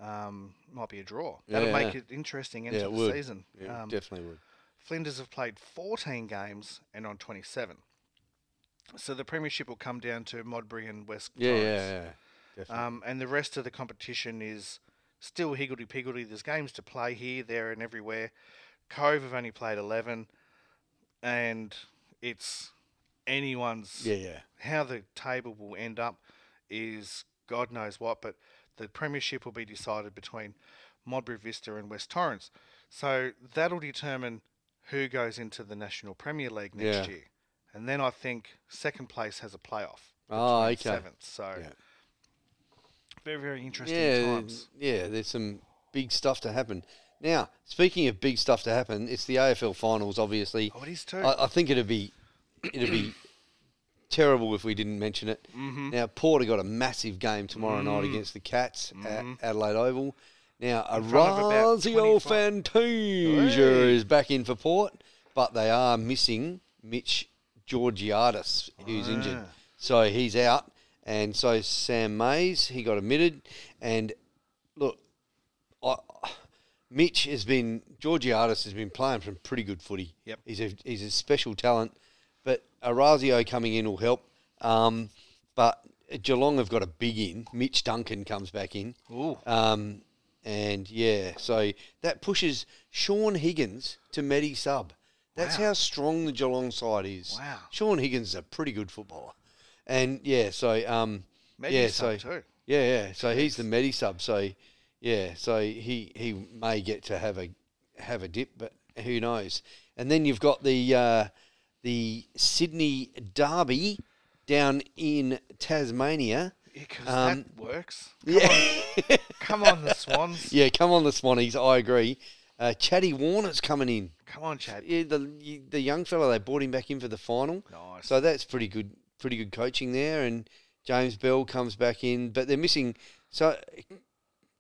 S1: um, might be a draw. That'll
S2: Yeah,
S1: make
S2: yeah.
S1: it interesting
S2: Yeah,
S1: into
S2: it
S1: the
S2: would.
S1: season.
S2: It
S1: um,
S2: definitely would.
S1: Flinders have played 14 games and on 27. So the premiership will come down to Modbury and West.
S2: Yeah, yeah,
S1: Torrens.
S2: yeah. Definitely.
S1: Um, and the rest of the competition is still higgledy piggledy. There's games to play here, there, and everywhere. Cove have only played 11, and it's anyone's.
S2: yeah, yeah.
S1: How the table will end up is God knows what, but the premiership will be decided between Modbury Vista and West Torrens. So that'll determine who goes into the National Premier League next
S2: Yeah.
S1: year. And then I think second place has a playoff.
S2: Oh,
S1: between
S2: okay.
S1: Seventh. So
S2: Yeah.
S1: very, very interesting
S2: yeah,
S1: times.
S2: yeah. There's some big stuff to happen. Now, speaking of big stuff to happen, it's the AFL finals, obviously.
S1: Oh, it is too.
S2: I, I think it'd be it'd be [COUGHS] terrible if we didn't mention it.
S1: Mm-hmm.
S2: Now Porter got a massive game tomorrow night against the Cats at Adelaide Oval. Now
S1: Mm-hmm. front of about
S2: Arazio
S1: 25
S2: Fantasia
S1: Hey.
S2: is back in for Port, but they are missing Mitch Georgiadis, who's injured.
S1: Ah.
S2: So he's out. And so Sam Mays, he got admitted. And look, I, Mitch has been, Georgiadis has been playing some pretty good footy.
S1: Yep.
S2: He's a, he's a special talent. But Arazio coming in will help. Um, but Geelong have got a big in. Mitch Duncan comes back in.
S1: Ooh.
S2: Um, and yeah, so that pushes Sean Higgins to Medi sub. That's
S1: Wow.
S2: how strong the Geelong side is.
S1: Wow.
S2: Sean Higgins is a pretty good footballer. And yeah, so um,
S1: Maybe
S2: yeah, so
S1: some too.
S2: yeah, yeah. So he's the Medi sub. So yeah, so he he may get to have a have a dip, but who knows? And then you've got the uh, the Sydney Derby down in Tasmania.
S1: Because
S2: Um,
S1: that
S2: [LAUGHS]
S1: works.
S2: Yeah.
S1: Come on, the Swans.
S2: [LAUGHS] Yeah, come on the Swannies. I agree. Uh, Chatty Warner's coming in.
S1: Come on, Chad.
S2: Yeah, the the young fella they brought him back in for the final.
S1: Nice.
S2: So that's pretty good. Pretty good coaching there, and James Bell comes back in, but they're missing so a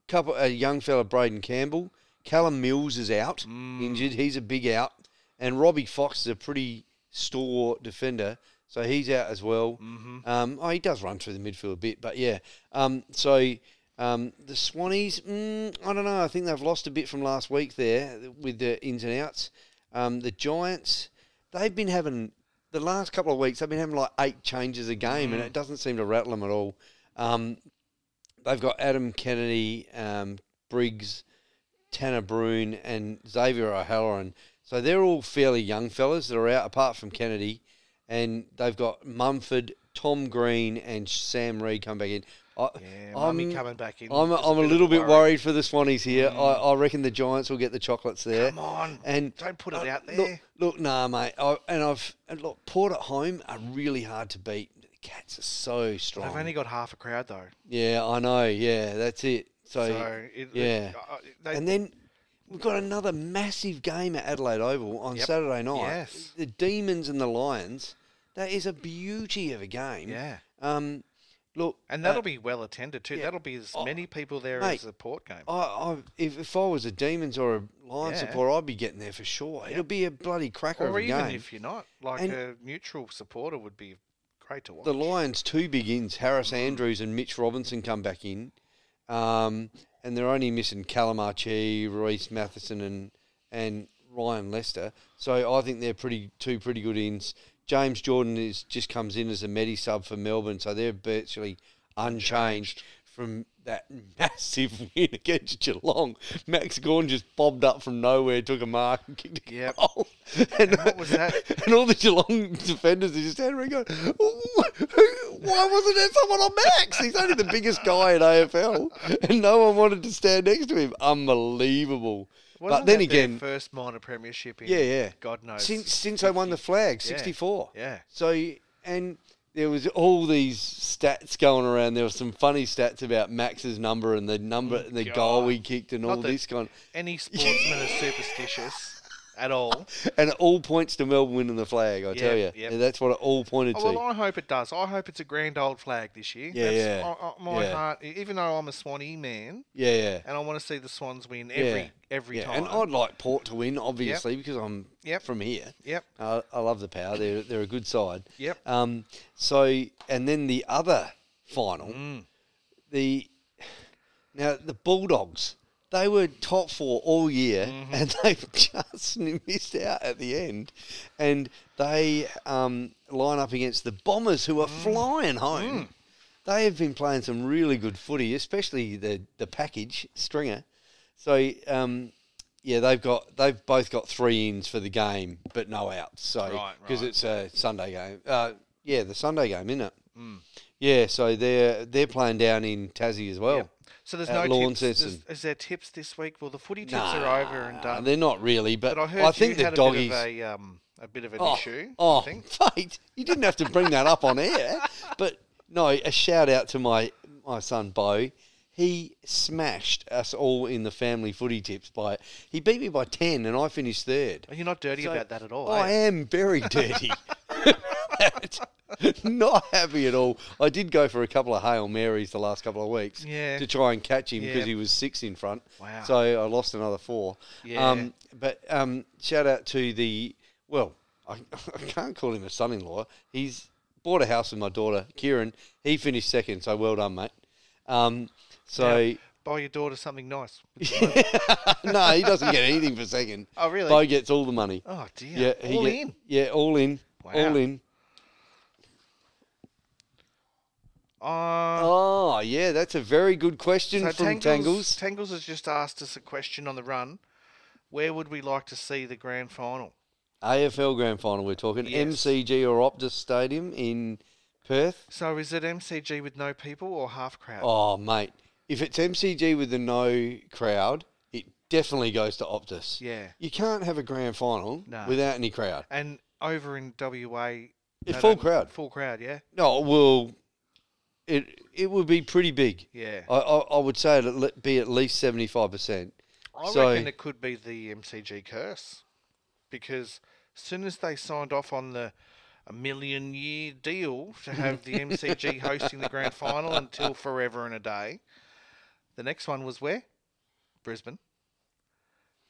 S2: couple a young fella Braden Campbell, Callum Mills is out injured. He's a big out, and Robbie Fox is a pretty stalwart defender, so he's out as well.
S1: Mhm.
S2: Um, oh, he does run through the midfield a bit, but yeah. Um, so um, the Swannies, mm, I don't know. I think they've lost a bit from last week there with the ins and outs. Um, the Giants, they've been having the last couple of weeks. They've been having like eight changes a game, and it doesn't seem to rattle them at all. Um, they've got Adam Kennedy, um, Briggs, Tanner Brune, and Xavier O'Halloran. So they're all fairly young fellas that are out, apart from Kennedy. And they've got Mumford, Tom Green, and Sam Reed come back in. I,
S1: Yeah, mummy
S2: I'm-
S1: coming back in.
S2: I'm,
S1: is
S2: I'm a
S1: of
S2: little bit
S1: worry.
S2: worried for the Swannies here. I, I reckon the Giants will get the chocolates there.
S1: Mm. Come on.
S2: And
S1: Don't put it
S2: uh,
S1: out there.
S2: Look, look nah, mate. I, and I've and look, Port at home are really hard to beat. The Cats are so
S1: They've
S2: strong.
S1: only got half a crowd though.
S2: yeah, I know. Yeah, that's it. So,
S1: So it,
S2: yeah.
S1: uh, uh, they,
S2: and then we've got another massive game at Adelaide Oval on
S1: Yep.
S2: Saturday night.
S1: Yes.
S2: The Demons and the Lions. That is a beauty of a game.
S1: yeah.
S2: Um, look,
S1: And
S2: uh,
S1: that'll be well attended too.
S2: yeah.
S1: That'll be as
S2: Oh,
S1: many people there
S2: mate.
S1: as the port game.
S2: I, I if, if I was a Demons or a Lions
S1: Yeah.
S2: supporter, I'd be getting there for sure. It'll be a bloody cracker of
S1: or
S2: a
S1: even
S2: game.
S1: if you're not, like
S2: And-
S1: a neutral supporter would be great to watch.
S2: the Lions' two big ins, Harris Andrews and Mitch Robinson, come back in, um, and they're only missing Callum Archie, Reese Matheson, and and Ryan Lester. So I think they're pretty two pretty good ins. James Jordan is just comes in as a medi sub for Melbourne, so they're virtually unchanged from that [LAUGHS] massive win against Geelong. Max Gorn just bobbed up from nowhere, took a mark, and kicked a
S1: Yep.
S2: goal. [LAUGHS] And,
S1: what was that?
S2: [LAUGHS] and all the Geelong defenders are just standing around going, "Who- why wasn't there someone on Max? He's only the biggest guy in AFL. And no one wanted to stand next to him. Unbelievable.
S1: Wasn't
S2: but then
S1: that their
S2: again,
S1: first minor premiership in
S2: Yeah, yeah.
S1: God knows.
S2: since since they won the flag, 64.
S1: yeah.
S2: So, and there was all these stats going around. There were some funny stats about Max's number and the number and the goal
S1: Oh, God.
S2: he kicked and
S1: Not
S2: all
S1: that-
S2: this kind.
S1: Any
S2: [LAUGHS]
S1: sportsman is superstitious at all.
S2: And it all points to Melbourne winning the flag, I tell you.
S1: Yep, yep.
S2: And that's what it all pointed
S1: Oh,
S2: to.
S1: well, I hope it does. I hope it's a grand old flag this year.
S2: Yeah,
S1: That's,
S2: yeah.
S1: I, I, my
S2: Yeah.
S1: heart, e, even though I'm a Swanee man,
S2: yeah, yeah.
S1: and I want to see the Swans win every
S2: Yeah.
S1: every
S2: Yeah,
S1: time.
S2: and I'd like Port to win, obviously, because I'm
S1: Yep.
S2: from here.
S1: Yep.
S2: I, I love the power. They're they're a good side.
S1: Yep.
S2: Um. So and then the other final,
S1: Mm.
S2: the now the Bulldogs. They were top four all year,
S1: Mm-hmm.
S2: and [LAUGHS] they've just missed out at the end. And they um, line up against the Bombers, who are
S1: Mm.
S2: flying home. They have been playing some really good footy, especially the the package Stringer. So um, yeah, they've got they've both got three ins for the game, but no outs. So
S1: Right,
S2: because
S1: right.
S2: it's a Sunday game. Uh, yeah, the Sunday game, isn't it?
S1: Hmm.
S2: Yeah, so they're they're playing down in Tassie as well.
S1: Yep. So there's no
S2: at Lawn
S1: tips. There's-
S2: Session.
S1: is there tips this week? Well, the footy tips
S2: Nah,
S1: are over and done.
S2: Uh, They're not really, but,
S1: But I heard
S2: I, think
S1: you
S2: the
S1: had
S2: doggies.
S1: a bit of a um, a bit of an
S2: oh,
S1: issue.
S2: oh,
S1: I think.
S2: [LAUGHS] mate, you didn't have to bring that up on air. But no, a shout out to my my son Bo. He smashed us all in the family footy tips by. He beat me by ten, and I finished third.
S1: You're not dirty
S2: So- oh,
S1: about that at all.
S2: I
S1: eh?
S2: am
S1: [LAUGHS]
S2: very dirty. [LAUGHS] Not happy at all. I did go for a couple of Hail Marys the last couple of weeks
S1: Yeah.
S2: to try and catch him because
S1: Yeah.
S2: he was six in front.
S1: Wow.
S2: So I lost another four.
S1: Yeah.
S2: Um, but um, shout out to the, well, I, [LAUGHS] I can't call him a son-in-law. He's bought a house with my daughter, Kieran. He finished second, so well done, mate. Um, so
S1: Buy your daughter something nice.
S2: [LAUGHS] no, he doesn't get anything for second.
S1: [LAUGHS] Oh, really?
S2: Bo gets all the money.
S1: Oh dear.
S2: Yeah, he
S1: All
S2: get-
S1: in.
S2: Yeah, all in.
S1: Wow.
S2: All in.
S1: Uh,
S2: Oh, yeah, that's a very good question
S1: so
S2: from
S1: Tangles,
S2: Tangles.
S1: Tangles. has just asked us a question on the run. Where would we like to see the grand final?
S2: AFL Grand Final, we're talking
S1: Yes.
S2: MCG or Optus Stadium in Perth.
S1: So is it MCG with no people or half crowd?
S2: Oh, mate, if it's MCG with the no crowd, it definitely goes to Optus.
S1: Yeah.
S2: You can't have a grand final
S1: No.
S2: without any crowd.
S1: And over in WA,
S2: It's
S1: no,
S2: full
S1: no,
S2: crowd.
S1: Full crowd, yeah,
S2: No, well, it it would be pretty big.
S1: yeah.
S2: I, I, I would say it'd le- be at least seventy five percent.
S1: I
S2: So-
S1: reckon it could be the MCG curse, because as soon as they signed off on the a million year deal to have
S2: [LAUGHS]
S1: the MCG hosting the grand final until forever and a day, the next one was where? Brisbane.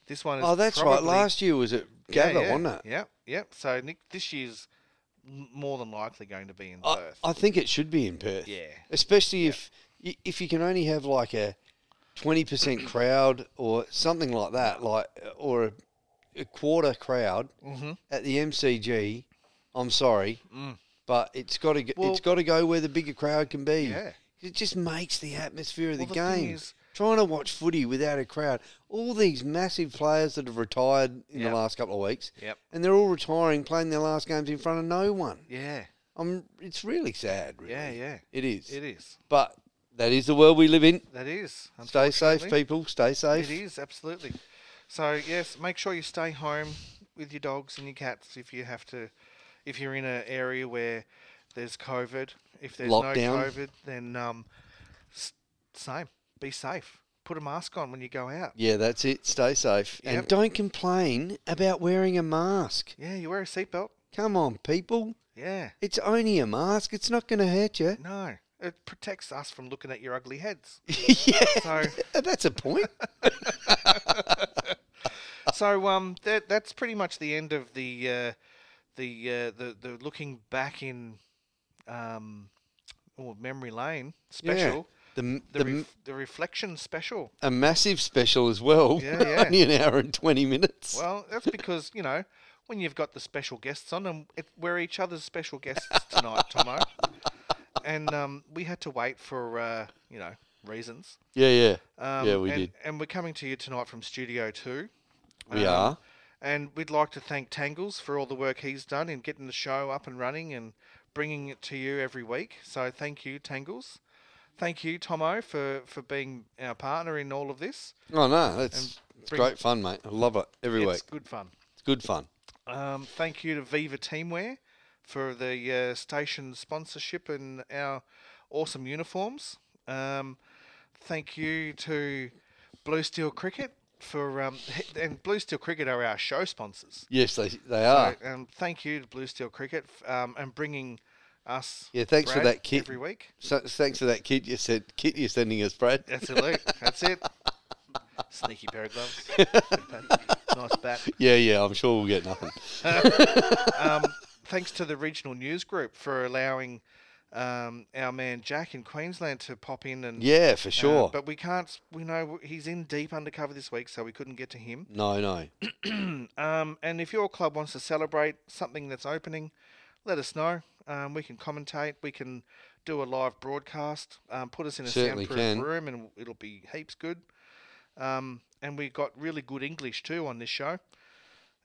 S1: This one is
S2: Oh, that's right.
S1: probably-
S2: Last year was at
S1: Yeah,
S2: Gather,
S1: yeah,
S2: wasn't it?
S1: Yep, yep. So Nick, this year's m- more than likely going to be in
S2: I,
S1: Perth.
S2: I think it should be in Perth.
S1: Yeah.
S2: Especially if if if you can only have like a twenty percent crowd or something like that, like or a, a quarter crowd
S1: Mm-hmm.
S2: at the MCG. I'm sorry,
S1: Mm.
S2: but it's got to
S1: Well-
S2: it's got to go where the bigger crowd can be.
S1: Yeah.
S2: It just makes the atmosphere of the
S1: Well, the thing
S2: game.
S1: is-
S2: Trying to watch footy without a crowd. All these massive players that have retired in
S1: Yep.
S2: the last couple of weeks,
S1: Yep.
S2: and they're all retiring, playing their last games in front of no one.
S1: Yeah.
S2: I'm, it's really sad. Really.
S1: Yeah. Yeah.
S2: It is.
S1: It is.
S2: But that is the world we live in.
S1: That is.
S2: Stay safe,
S1: unfortunately.
S2: people. Stay safe.
S1: It is absolutely. So yes, make sure you stay home with your dogs and your cats if you have to. If you're in an area where there's COVID, if there's no
S2: Lockdown.
S1: COVID, then um, s- same. Be safe. Put a mask on when you go out.
S2: Yeah, that's it. Stay safe.
S1: Yep.
S2: And don't complain about wearing a mask.
S1: Yeah, you wear a seatbelt.
S2: Come on, people.
S1: Yeah.
S2: It's only a mask. It's not going to hurt
S1: [LAUGHS]
S2: you.
S1: No, it protects us from looking at your ugly heads.
S2: yeah, [LAUGHS]
S1: So,
S2: that's
S1: [LAUGHS]
S2: a point.
S1: so um, that that's pretty much the end of the uh, the uh, the the looking back in um, or memory lane special.
S2: The, m-
S1: the,
S2: the,
S1: ref-
S2: m
S1: the reflection special.
S2: a massive special as well.
S1: Yeah, yeah.
S2: only an hour and 20 minutes.
S1: Well, that's because you know when you've got the special guests on, and it, we're each other's special guests tonight, Tomo. and um, we had to wait for uh, you know reasons.
S2: yeah, yeah.
S1: Um,
S2: Yeah, we
S1: and,
S2: did.
S1: And we're coming to you tonight from Studio Two.
S2: We
S1: Um,
S2: are.
S1: And we'd like to thank Tangles for all the work he's done in getting the show up and running and bringing it to you every week. So thank you, Tangles. Thank you, Tomo, for, for being our partner in all of this.
S2: Oh, no, that's it's
S1: bring-
S2: great fun, mate. I love it every
S1: it's
S2: week.
S1: good fun.
S2: It's good fun.
S1: Um, thank you to Viva Teamwear for the uh, station sponsorship and our awesome uniforms. Um, thank you to Blue Steel Cricket for um, and Blue Steel Cricket are our show sponsors.
S2: Yes, they, they are.
S1: So, um, thank you to Blue Steel Cricket f- um, and bringing us.
S2: Yeah, thanks for
S1: Brad
S2: that kit.
S1: every week.
S2: So, thanks for that kit you said kit you're sending us, Brad.
S1: That's it, Luke. That's it. Sneaky pair of
S2: [LAUGHS]
S1: gloves. nice bat.
S2: Yeah, yeah, I'm sure we'll get nothing.
S1: um, thanks to the regional news group for allowing um, our man Jack in Queensland to pop in and
S2: Yeah, for
S1: uh,
S2: sure.
S1: but we can't. We know he's in deep undercover this week, so we couldn't get to him.
S2: no, no.
S1: Um, and if your club wants to celebrate something that's opening, let us know. Um, we can commentate. We can do a live broadcast. Um, put us in a
S2: Certainly
S1: soundproof
S2: can.
S1: room, and it'll be heaps good. Um, and we got really good English too on this show.
S2: [LAUGHS]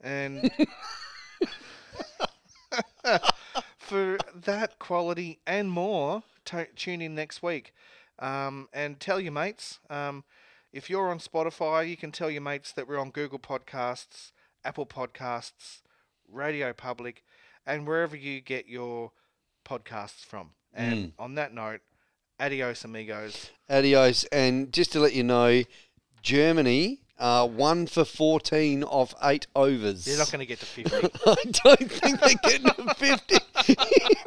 S1: And for that quality and more, t- tune in next week. Um, and tell your mates. Um, if you're on Spotify, you can tell your mates that we're on Google Podcasts, Apple Podcasts, Radio Public, and wherever you get your podcasts from. And
S2: Mm.
S1: on that note, adios, amigos.
S2: Adios. And just to let you know, Germany are one for 14 off eight overs.
S1: They're not
S2: [LAUGHS]
S1: going to get to 50.
S2: I don't think they're getting a [LAUGHS] 50.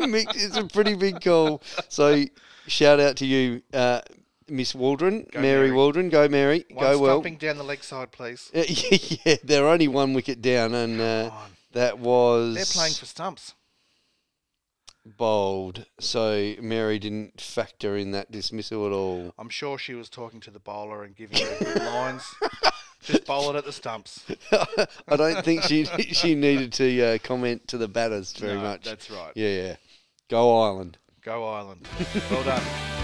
S2: Mick, it's a pretty big call. So shout out to you, uh, Miss Waldron,
S1: Go
S2: Mary,
S1: Mary.
S2: Waldron. Go, Mary.
S1: One
S2: go, well. [LAUGHS]
S1: stomping down the leg side, please.
S2: yeah, they're only one wicket down, and uh,
S1: Come on.
S2: That was
S1: Oh. They're playing for stumps.
S2: bold. So Mary didn't factor in that dismissal at all. [LAUGHS]
S1: I'm sure she was talking to the bowler and giving her good lines. Just bowl it at the stumps.
S2: I don't think she [LAUGHS] she needed to uh, comment to the batters very
S1: No,
S2: much.
S1: That's right.
S2: Yeah, yeah. Go Ireland.
S1: Go Ireland. Well done.